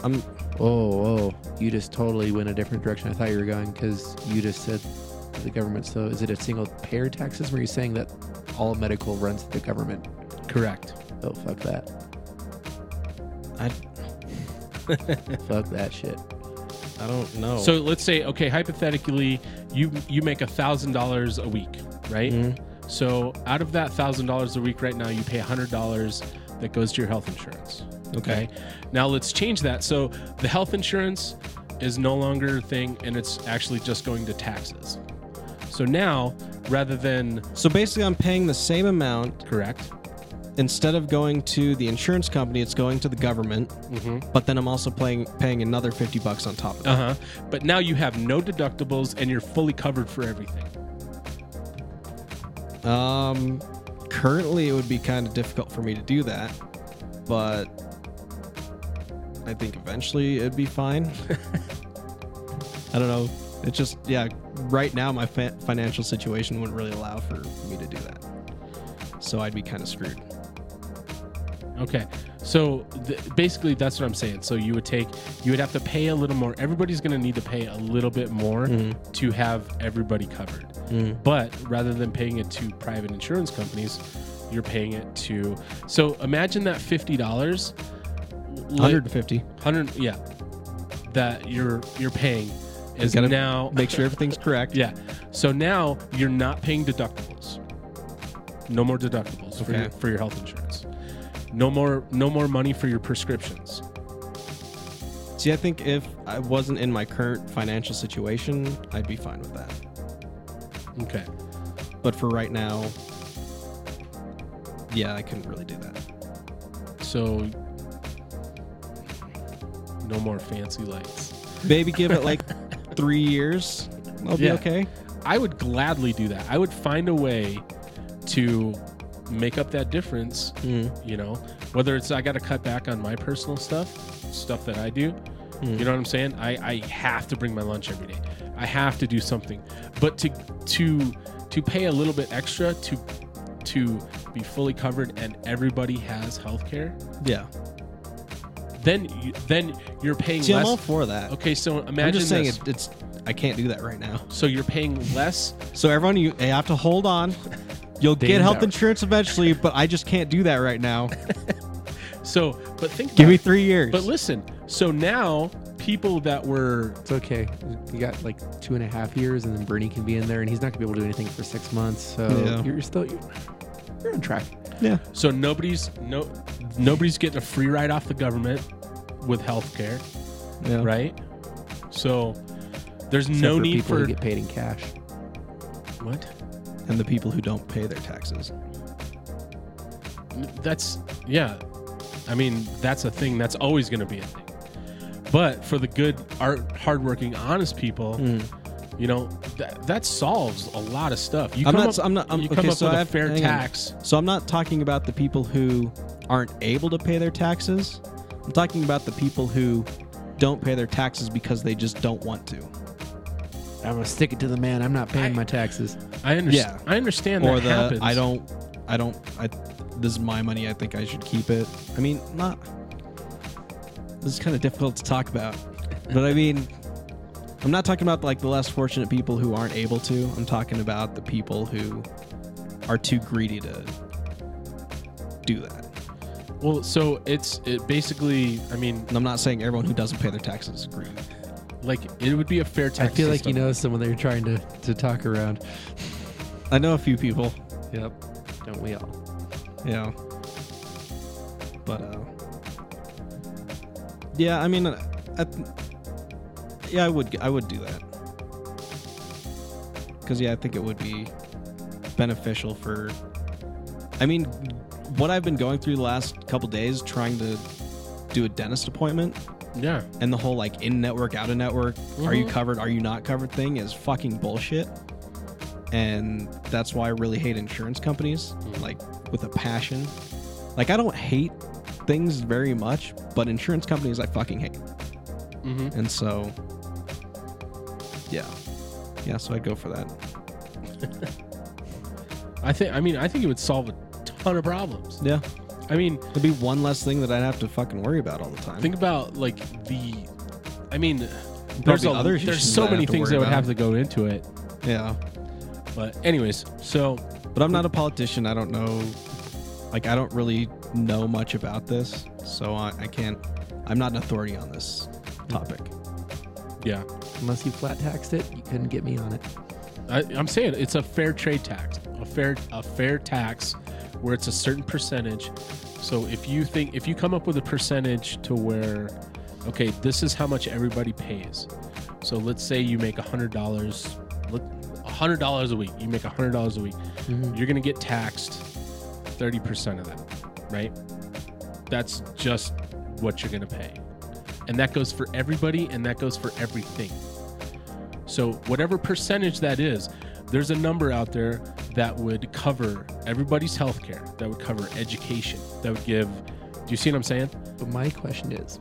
Speaker 3: I'm
Speaker 1: Oh, oh, you just totally went a different direction. I thought you were going because you just said the government. So is it a single payer taxes? Were you saying that all medical runs to the government?
Speaker 2: Correct.
Speaker 1: Oh, fuck that.
Speaker 3: I
Speaker 1: fuck that shit.
Speaker 3: I don't know.
Speaker 2: So let's say, okay, hypothetically, you you make a thousand dollars a week, right? So out of that thousand dollars a week right now, you pay hundred dollars that goes to your health insurance. Okay. Now let's change that. So the health insurance is no longer a thing, and it's actually just going to taxes. So now, rather than
Speaker 3: so basically, I'm paying the same amount
Speaker 2: correct,
Speaker 3: instead of going to the insurance company, it's going to the government.
Speaker 2: Mm-hmm.
Speaker 3: But then I'm also paying paying another fifty bucks on top of that.
Speaker 2: uh huh, but now you have no deductibles and you're fully covered for everything.
Speaker 3: Um, currently, it would be kind of difficult for me to do that, but I think eventually it'd be fine. I don't know. It's just yeah. Right now, my fa- financial situation wouldn't really allow for me to do that, so I'd be kind of screwed.
Speaker 2: Okay. So th- basically, that's what I'm saying. So you would take, you would have to pay a little more. Everybody's going to need to pay a little bit more
Speaker 3: Mm-hmm.
Speaker 2: to have everybody covered. But rather than paying it to private insurance companies, you're paying it to. So imagine that fifty dollars,
Speaker 3: Hundred and fifty.
Speaker 2: hundred, yeah, that you're you're paying is
Speaker 3: gotta
Speaker 2: now
Speaker 3: Make sure everything's correct.
Speaker 2: yeah. So now you're not paying deductibles. No more deductibles for,
Speaker 3: Okay.
Speaker 2: your, for your health insurance. No more no more money for your prescriptions.
Speaker 3: See, I think if I wasn't in my current financial situation, I'd be fine with that.
Speaker 2: Okay.
Speaker 3: But for right now, yeah, I couldn't really do that.
Speaker 2: So no more fancy lights.
Speaker 3: Maybe give it like three years. I'll be
Speaker 2: Yeah.
Speaker 3: okay.
Speaker 2: I would gladly do that. I would find a way to make up that difference you know whether it's i gotta cut back on my personal stuff stuff that i do
Speaker 3: Hmm.
Speaker 2: you know what i'm saying I, I have to bring my lunch every day i have to do something but to to to pay a little bit extra to to be fully covered and everybody has health care
Speaker 3: Yeah.
Speaker 2: then you, then you're paying
Speaker 3: See,
Speaker 2: less
Speaker 3: I'm all for that.
Speaker 2: okay so imagine
Speaker 3: I'm just saying
Speaker 2: this.
Speaker 3: it, it's. I can't do that right now.
Speaker 2: so you're paying less
Speaker 3: So everyone, you, you have to hold on. You'll get
Speaker 1: Dame
Speaker 3: health
Speaker 1: dollar.
Speaker 3: insurance eventually, but I just can't do that right now.
Speaker 2: so but think
Speaker 3: Give
Speaker 2: about
Speaker 3: me
Speaker 2: it.
Speaker 3: three years.
Speaker 2: but listen so now people that were
Speaker 1: It's okay. You got like two and a half years, and then Bernie can be in there, and he's not gonna be able to do anything for six months. So
Speaker 3: Yeah.
Speaker 1: you're, you're still you're, you're on track.
Speaker 3: yeah.
Speaker 2: So nobody's no nobody's getting a free ride off the government with health care,
Speaker 3: Yeah.
Speaker 2: right? So there's
Speaker 1: Except
Speaker 2: no
Speaker 1: for
Speaker 2: need
Speaker 1: people
Speaker 2: for
Speaker 1: who get paid in cash.
Speaker 2: what?
Speaker 3: And the people who don't pay their taxes.
Speaker 2: N- That's yeah. I mean, that's a thing. That's always going to be a thing. But for the good, art, hardworking, honest people,
Speaker 3: Hmm.
Speaker 2: you know, that that solves a lot of stuff. You
Speaker 3: I'm
Speaker 2: come
Speaker 3: not.
Speaker 2: up,
Speaker 3: I'm not. I'm,
Speaker 2: you
Speaker 3: okay,
Speaker 2: come up
Speaker 3: so
Speaker 2: with
Speaker 3: I
Speaker 2: a
Speaker 3: have,
Speaker 2: fair
Speaker 3: hang on.
Speaker 2: tax.
Speaker 3: So I'm not talking about the people who aren't able to pay their taxes. I'm talking about the people who don't pay their taxes because they just don't want to.
Speaker 1: I'm gonna stick it to the man. I'm not paying my taxes.
Speaker 2: I
Speaker 3: Yeah.
Speaker 2: understand. I understand
Speaker 3: or
Speaker 2: that
Speaker 3: the
Speaker 2: happens.
Speaker 3: I don't. I don't. I. This is my money. I think I should keep it. I mean, not. This is kind of difficult to talk about, but I mean, I'm not talking about like the less fortunate people who aren't able to. I'm talking about the people who are too greedy to do that.
Speaker 2: Well, so it's it basically. I mean,
Speaker 3: And I'm not saying everyone who doesn't pay their taxes is greedy.
Speaker 2: like it would be a fair
Speaker 1: I
Speaker 2: tax.
Speaker 1: feel like you
Speaker 2: system.
Speaker 1: know someone that you're trying to to talk around.
Speaker 3: I know a few people,
Speaker 1: Yep. Don't we all?
Speaker 3: you know, but uh, yeah. I mean, I th- yeah, I would, I would do that because yeah, I think it would be beneficial for. I mean, what I've been going through the last couple days trying to do a dentist appointment
Speaker 2: Yeah.
Speaker 3: and the whole like in network out of network are you covered are you not covered thing is fucking bullshit and that's why i really hate insurance companies like with a passion like i don't hate things very much but insurance companies i fucking hate
Speaker 2: Mm-hmm.
Speaker 3: and so yeah yeah so i'd go for that
Speaker 2: I think. I mean, I think it would solve a ton of problems.
Speaker 3: yeah
Speaker 2: I mean,
Speaker 3: it'd be one less thing that i'd have to fucking worry about all the time
Speaker 2: think about like the. I mean, there's
Speaker 3: Probably
Speaker 2: a,
Speaker 3: other
Speaker 2: there's
Speaker 3: issues
Speaker 2: so
Speaker 3: I'd have
Speaker 2: many
Speaker 3: to
Speaker 2: things that
Speaker 3: worry
Speaker 2: would
Speaker 3: about.
Speaker 2: have to go into it.
Speaker 3: yeah
Speaker 2: But anyways, so
Speaker 3: But I'm not a politician. I don't know. Like, I don't really know much about this. So I, I can't. I'm not an authority on this topic.
Speaker 2: yeah,
Speaker 1: Unless you flat taxed it, you couldn't get me on it.
Speaker 2: I, I'm saying it's a fair trade tax, a fair a fair tax, where it's a certain percentage. So if you think if you come up with a percentage to where, okay, this is how much everybody pays. So let's say you make hundred dollars, hundred dollars a week. You make hundred dollars a week. You're gonna get taxed thirty percent of that, right? That's just what you're gonna pay, and that goes for everybody, and that goes for everything. So, whatever percentage that is, there's a number out there that would cover everybody's health care, that would cover education, that would give. Do you see what I'm saying?
Speaker 1: But my question is,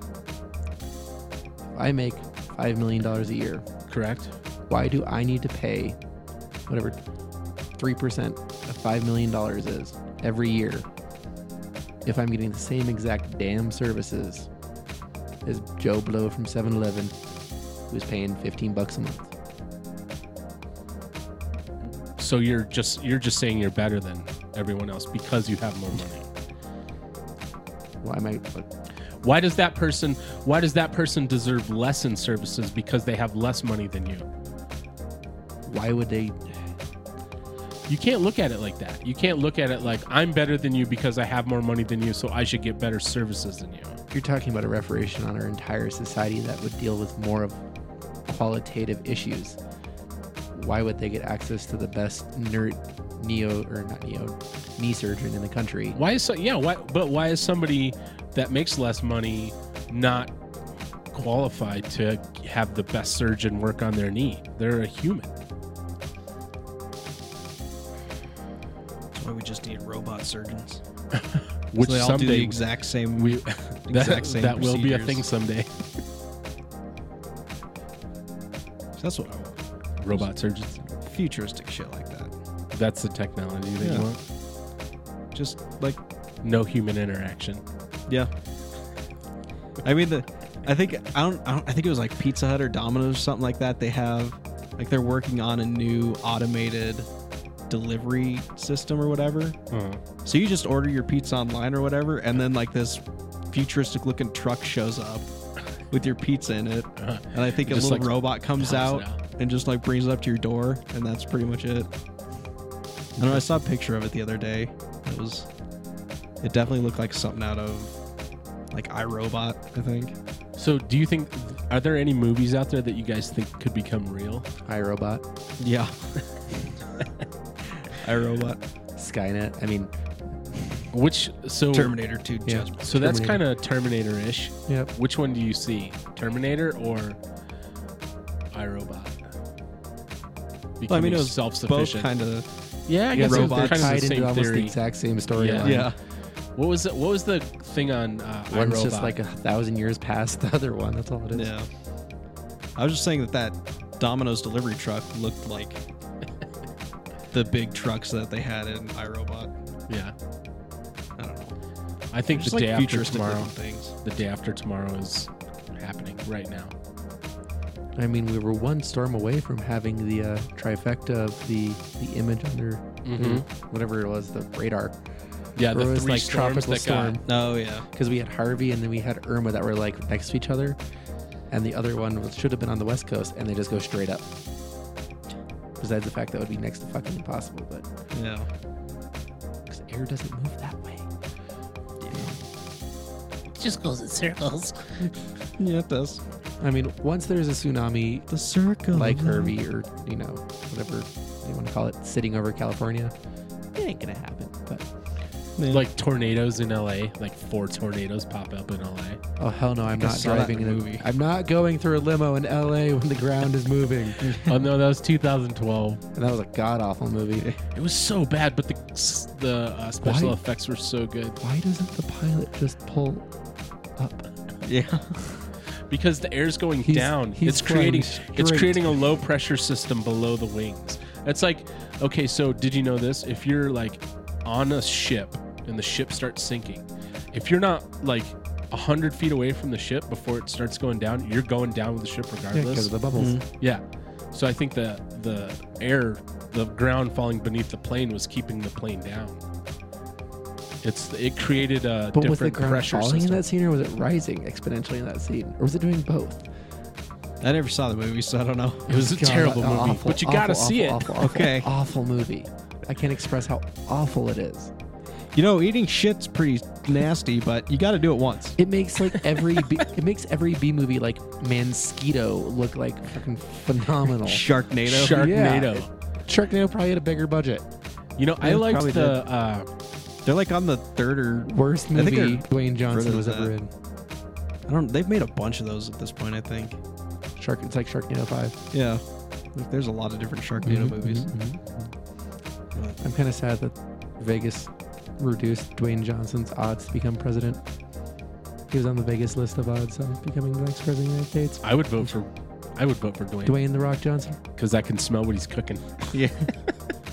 Speaker 1: if I make five million dollars a year,
Speaker 2: Correct.
Speaker 1: why do I need to pay whatever three percent of five million dollars is every year if I'm getting the same exact damn services as Joe Blow from 7-Eleven who's paying fifteen bucks a month?
Speaker 2: So you're just you're just saying you're better than everyone else because you have more money.
Speaker 1: Why am I?
Speaker 2: Why does that person why does that person deserve less in services because they have less money than you?
Speaker 1: Why would they?
Speaker 2: You can't look at it like that. You can't look at it like I'm better than you because I have more money than you, so I should get better services than you.
Speaker 1: You're talking about a reparation on our entire society that would deal with more of qualitative issues. Why would they get access to the best nerd, neo or not neo, knee surgeon in the country?
Speaker 2: Why is so, yeah? Why but why is somebody that makes less money not qualified to have the best surgeon work on their knee? They're a human.
Speaker 3: So why we just need robot surgeons.
Speaker 2: which
Speaker 3: so they all do the
Speaker 2: someday
Speaker 3: exact same.
Speaker 2: we that,
Speaker 3: exact same
Speaker 2: that will be a
Speaker 3: procedures.
Speaker 2: thing someday.
Speaker 3: That's what I want.
Speaker 2: Robot surgeons.
Speaker 3: Futuristic shit like that.
Speaker 2: That's the technology they
Speaker 3: Yeah.
Speaker 2: want.
Speaker 3: Just like
Speaker 2: No human interaction.
Speaker 3: yeah. I mean the, I think I don't, I don't I think it was like Pizza Hut or Domino's or something like that. They have like they're working on a new automated delivery system or whatever. So you just order your pizza online or whatever, and then like this futuristic looking truck shows up with your pizza in Uh-huh. it. And I think a
Speaker 2: Just, like,
Speaker 3: little robot comes
Speaker 2: pops it
Speaker 3: out,
Speaker 2: out.
Speaker 3: and just like brings it up to your door, and that's pretty much it. I don't know, I saw a picture of it the other day. It was it definitely looked like something out of like iRobot, I think.
Speaker 2: So, do you think are there any movies out there that you guys think could become real?
Speaker 1: Hi, robot.
Speaker 3: Yeah. iRobot.
Speaker 1: Skynet. I mean,
Speaker 2: Which so
Speaker 3: Terminator 2
Speaker 1: Yeah.
Speaker 3: Judgment.
Speaker 2: So that's kind
Speaker 1: Terminator.
Speaker 2: of Terminator-ish.
Speaker 1: yep.
Speaker 2: Which one do you see, Terminator or iRobot? Becoming
Speaker 3: it was Both
Speaker 2: self-sufficient.
Speaker 3: kind of
Speaker 2: yeah, I guess
Speaker 1: they're-
Speaker 2: robots
Speaker 1: they're
Speaker 2: kind of
Speaker 1: tied
Speaker 2: the
Speaker 1: into
Speaker 2: same
Speaker 1: almost the
Speaker 2: theory.
Speaker 1: exact same storyline.
Speaker 3: yeah.
Speaker 2: What was the, what was the thing on uh,
Speaker 1: One's
Speaker 2: iRobot?
Speaker 1: just like a thousand years past the other one. That's all it is.
Speaker 3: Yeah. I was just saying that that Domino's delivery truck looked like the big trucks that they had in iRobot.
Speaker 2: yeah.
Speaker 3: I don't know.
Speaker 2: I think the
Speaker 3: Just like
Speaker 2: day after
Speaker 3: futuristic
Speaker 2: tomorrow.
Speaker 3: looking things.
Speaker 2: The day after tomorrow is happening right now.
Speaker 1: I mean, we were one storm away from having the uh, trifecta of the the image under
Speaker 2: Mhm.
Speaker 1: whatever it was, the radar.
Speaker 2: Yeah,
Speaker 1: Mm-hmm. Or it
Speaker 2: the
Speaker 1: was
Speaker 2: three
Speaker 1: like
Speaker 2: storms
Speaker 1: tropical
Speaker 2: that got-
Speaker 1: storm
Speaker 3: Oh yeah.
Speaker 1: because we had Harvey and then we had Irma that were like next to each other, and the other one was, should have been on the west coast, and they just go straight up. Besides the fact that would be next to fucking impossible, but
Speaker 3: Yeah.
Speaker 1: because air doesn't move that way.
Speaker 5: It just goes in circles.
Speaker 3: Yeah, it does.
Speaker 1: I mean, once there's a tsunami
Speaker 3: The circle.
Speaker 1: like Harvey or you know whatever you want to call it sitting over California, it ain't gonna happen. But
Speaker 2: like tornadoes in LA. Like four tornadoes pop up in LA.
Speaker 1: Oh hell no! I'm
Speaker 3: I
Speaker 1: not
Speaker 3: saw that in
Speaker 1: driving
Speaker 3: a
Speaker 1: in a
Speaker 3: movie.
Speaker 1: I'm not going through a limo in L.A. when the ground is moving. and
Speaker 2: oh no, that was 2012.
Speaker 1: that was a god awful movie.
Speaker 2: It was so bad, but the s- the uh, special
Speaker 1: Why?
Speaker 2: effects were so good
Speaker 1: Why doesn't the pilot just pull up?
Speaker 3: Yeah.
Speaker 2: because the air's going
Speaker 1: He's-
Speaker 2: down.
Speaker 1: he's
Speaker 2: it's creating
Speaker 1: flying
Speaker 2: it's
Speaker 1: straight.
Speaker 2: creating a low pressure system below the wings. It's like, okay, so did you know this? If you're like on a ship and the ship starts sinking, if you're not like a hundred feet away from the ship before it starts going down, you're going down with the ship
Speaker 1: Yeah,
Speaker 2: regardless.
Speaker 1: because of the bubbles.
Speaker 2: Yeah. So I think the the air, the ground falling beneath the plane was keeping the plane down. It's it created a
Speaker 1: But was the
Speaker 2: different
Speaker 1: ground
Speaker 2: pressure
Speaker 1: falling in
Speaker 2: system.
Speaker 1: that scene, or was it rising exponentially in that scene, or was it doing both?
Speaker 3: I never saw the movie, so I don't know.
Speaker 2: It was a
Speaker 1: God,
Speaker 2: terrible
Speaker 1: an
Speaker 2: movie,
Speaker 1: awful,
Speaker 2: but you gotta
Speaker 1: awful,
Speaker 2: see
Speaker 1: awful,
Speaker 2: it.
Speaker 1: Awful, awful,
Speaker 3: Okay.
Speaker 1: awful movie. I can't express how awful it is.
Speaker 3: You know, eating shit's pretty nasty, but you got to do it once.
Speaker 1: It makes like every B, it makes every B movie like Mansquito look like fucking
Speaker 2: Oh.
Speaker 1: phenomenal.
Speaker 3: Sharknado.
Speaker 2: Sharknado.
Speaker 1: Sharknado probably had a bigger budget.
Speaker 2: You know, I
Speaker 1: Yeah,
Speaker 2: liked
Speaker 1: probably
Speaker 2: the uh,
Speaker 3: They're like on the third or
Speaker 1: Worst
Speaker 3: I think
Speaker 1: movie
Speaker 3: they're
Speaker 1: Dwayne Johnson
Speaker 3: further
Speaker 1: was
Speaker 3: than
Speaker 1: ever
Speaker 3: that.
Speaker 1: in.
Speaker 3: I don't. They've made a bunch of those at this point, I think.
Speaker 1: Shark. It's like Sharknado 5
Speaker 3: Yeah. Like, there's a lot of different Sharknado
Speaker 2: Mm-hmm.
Speaker 3: movies. But-
Speaker 1: mm-hmm, I'm kind of sad that Vegas reduced Dwayne Johnson's odds to become president. He was on the Vegas list of odds on becoming the next president of the United States.
Speaker 2: I would vote for I would vote for Dwayne
Speaker 1: Dwayne the Rock Johnson.
Speaker 2: because I can smell what he's cooking.
Speaker 3: Yeah.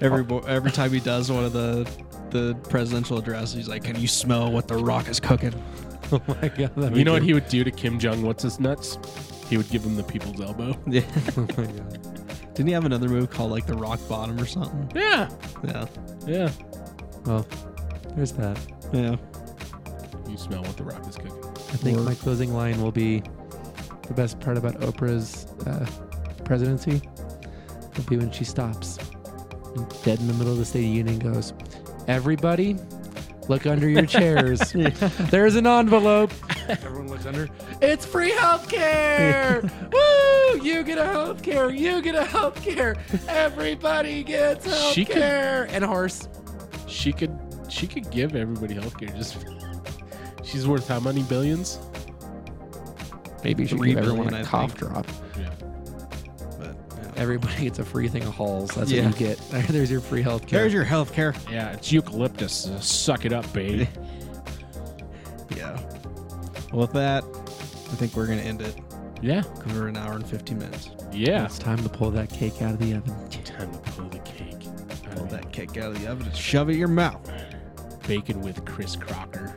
Speaker 3: every bo- every time he does one of the the presidential addresses, he's like, "Can you smell what the Rock is cooking?"
Speaker 1: Oh my god!
Speaker 2: You know what he would do to Kim Jong? What's his nuts? He would give him the people's elbow.
Speaker 3: Yeah.
Speaker 1: Oh my god!
Speaker 3: Didn't he have another move called like the Rock Bottom or something?
Speaker 2: Yeah,
Speaker 3: Yeah.
Speaker 2: yeah.
Speaker 1: Well, there's that.
Speaker 3: Yeah.
Speaker 2: You smell what the rock is cooking.
Speaker 1: I think my closing line will be the best part about Oprah's uh, presidency will be when she stops and dead in the middle of the State of the Union goes, Everybody, look under your chairs. There's an envelope. Everyone looks under. It's free healthcare. Woo! You get a healthcare. You get a healthcare. Everybody gets
Speaker 2: She could-
Speaker 1: healthcare. And a horse.
Speaker 2: She could she could give everybody healthcare. Just she's worth how many billions?
Speaker 1: Maybe she
Speaker 3: Three
Speaker 1: gave everyone
Speaker 3: billion,
Speaker 1: a
Speaker 3: I
Speaker 1: cough
Speaker 3: think.
Speaker 1: drop.
Speaker 2: Yeah.
Speaker 3: But yeah.
Speaker 1: Everybody gets a free thing of halls. That's
Speaker 3: Yeah.
Speaker 1: what you get. There's your free health care.
Speaker 3: There's your health care.
Speaker 2: Yeah, it's eucalyptus. Uh, Suck it up, baby.
Speaker 3: Yeah. Well, with that, I think we're going to end it.
Speaker 2: yeah,
Speaker 3: Cause we're an hour and 15 minutes.
Speaker 2: yeah.
Speaker 1: It's time to pull that cake out of the oven.
Speaker 2: Time to pull the cake. I
Speaker 3: Pull
Speaker 2: mean,
Speaker 3: that cake out of the oven and shove it in your mouth.
Speaker 2: bacon with Chris Crocker.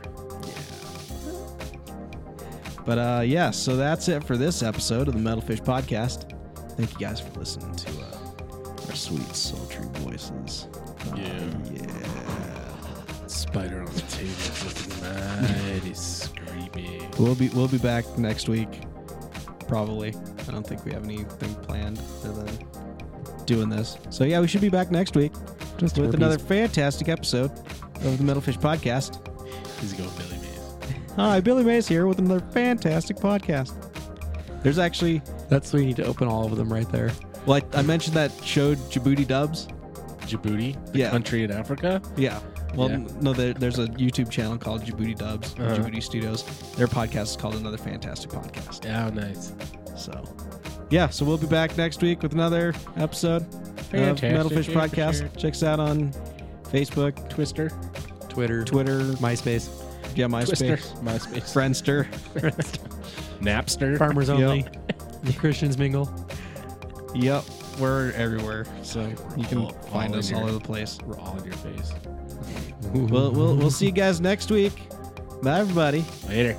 Speaker 3: But uh, yeah, so that's it for this episode of the Metalfish Podcast. Thank you guys for listening to uh, our sweet, sultry voices. Uh,
Speaker 2: Yeah.
Speaker 3: yeah.
Speaker 2: Spider on the table is looking mighty creepy.
Speaker 3: We'll be we'll be back next week, probably. I don't think we have anything planned other than doing this. So yeah, we should be back next week
Speaker 1: Just
Speaker 3: with
Speaker 1: herpes.
Speaker 3: another fantastic episode of the Metalfish Podcast.
Speaker 2: He's going Billy Mays.
Speaker 3: Hi, Billy Mays here with another fantastic podcast. There's actually,
Speaker 1: That's where you need to open all of them right there.
Speaker 3: well, I, I mentioned that showed Djibouti dubs.
Speaker 2: Djibouti, the
Speaker 3: Yeah.
Speaker 2: country in Africa.
Speaker 3: Yeah. Well,
Speaker 2: Yeah.
Speaker 3: n- no, there, there's a YouTube channel called Djibouti Dubs, or
Speaker 2: Uh-huh.
Speaker 3: Djibouti Studios. Their podcast is called Another Fantastic Podcast.
Speaker 2: Yeah, Oh, nice.
Speaker 3: So, yeah, so we'll be back next week with another episode
Speaker 2: Fantastic,
Speaker 3: of Metalfish
Speaker 2: yeah, for
Speaker 3: Podcast.
Speaker 2: sure.
Speaker 3: Check us out on Facebook,
Speaker 2: Twister,
Speaker 1: Twitter,
Speaker 3: Twitter,
Speaker 1: MySpace,
Speaker 3: yeah, MySpace,
Speaker 2: Twister, MySpace,
Speaker 3: Friendster,
Speaker 2: Napster,
Speaker 1: Farmers
Speaker 3: Yep.
Speaker 1: Only, Christians Mingle.
Speaker 3: Yep, we're everywhere, so you can
Speaker 2: All-
Speaker 3: find
Speaker 2: all
Speaker 3: us
Speaker 2: in
Speaker 3: all
Speaker 2: your-
Speaker 3: over the place.
Speaker 2: We're all in your face.
Speaker 3: We'll, we'll, we'll see you guys next week. Bye, everybody.
Speaker 2: Later.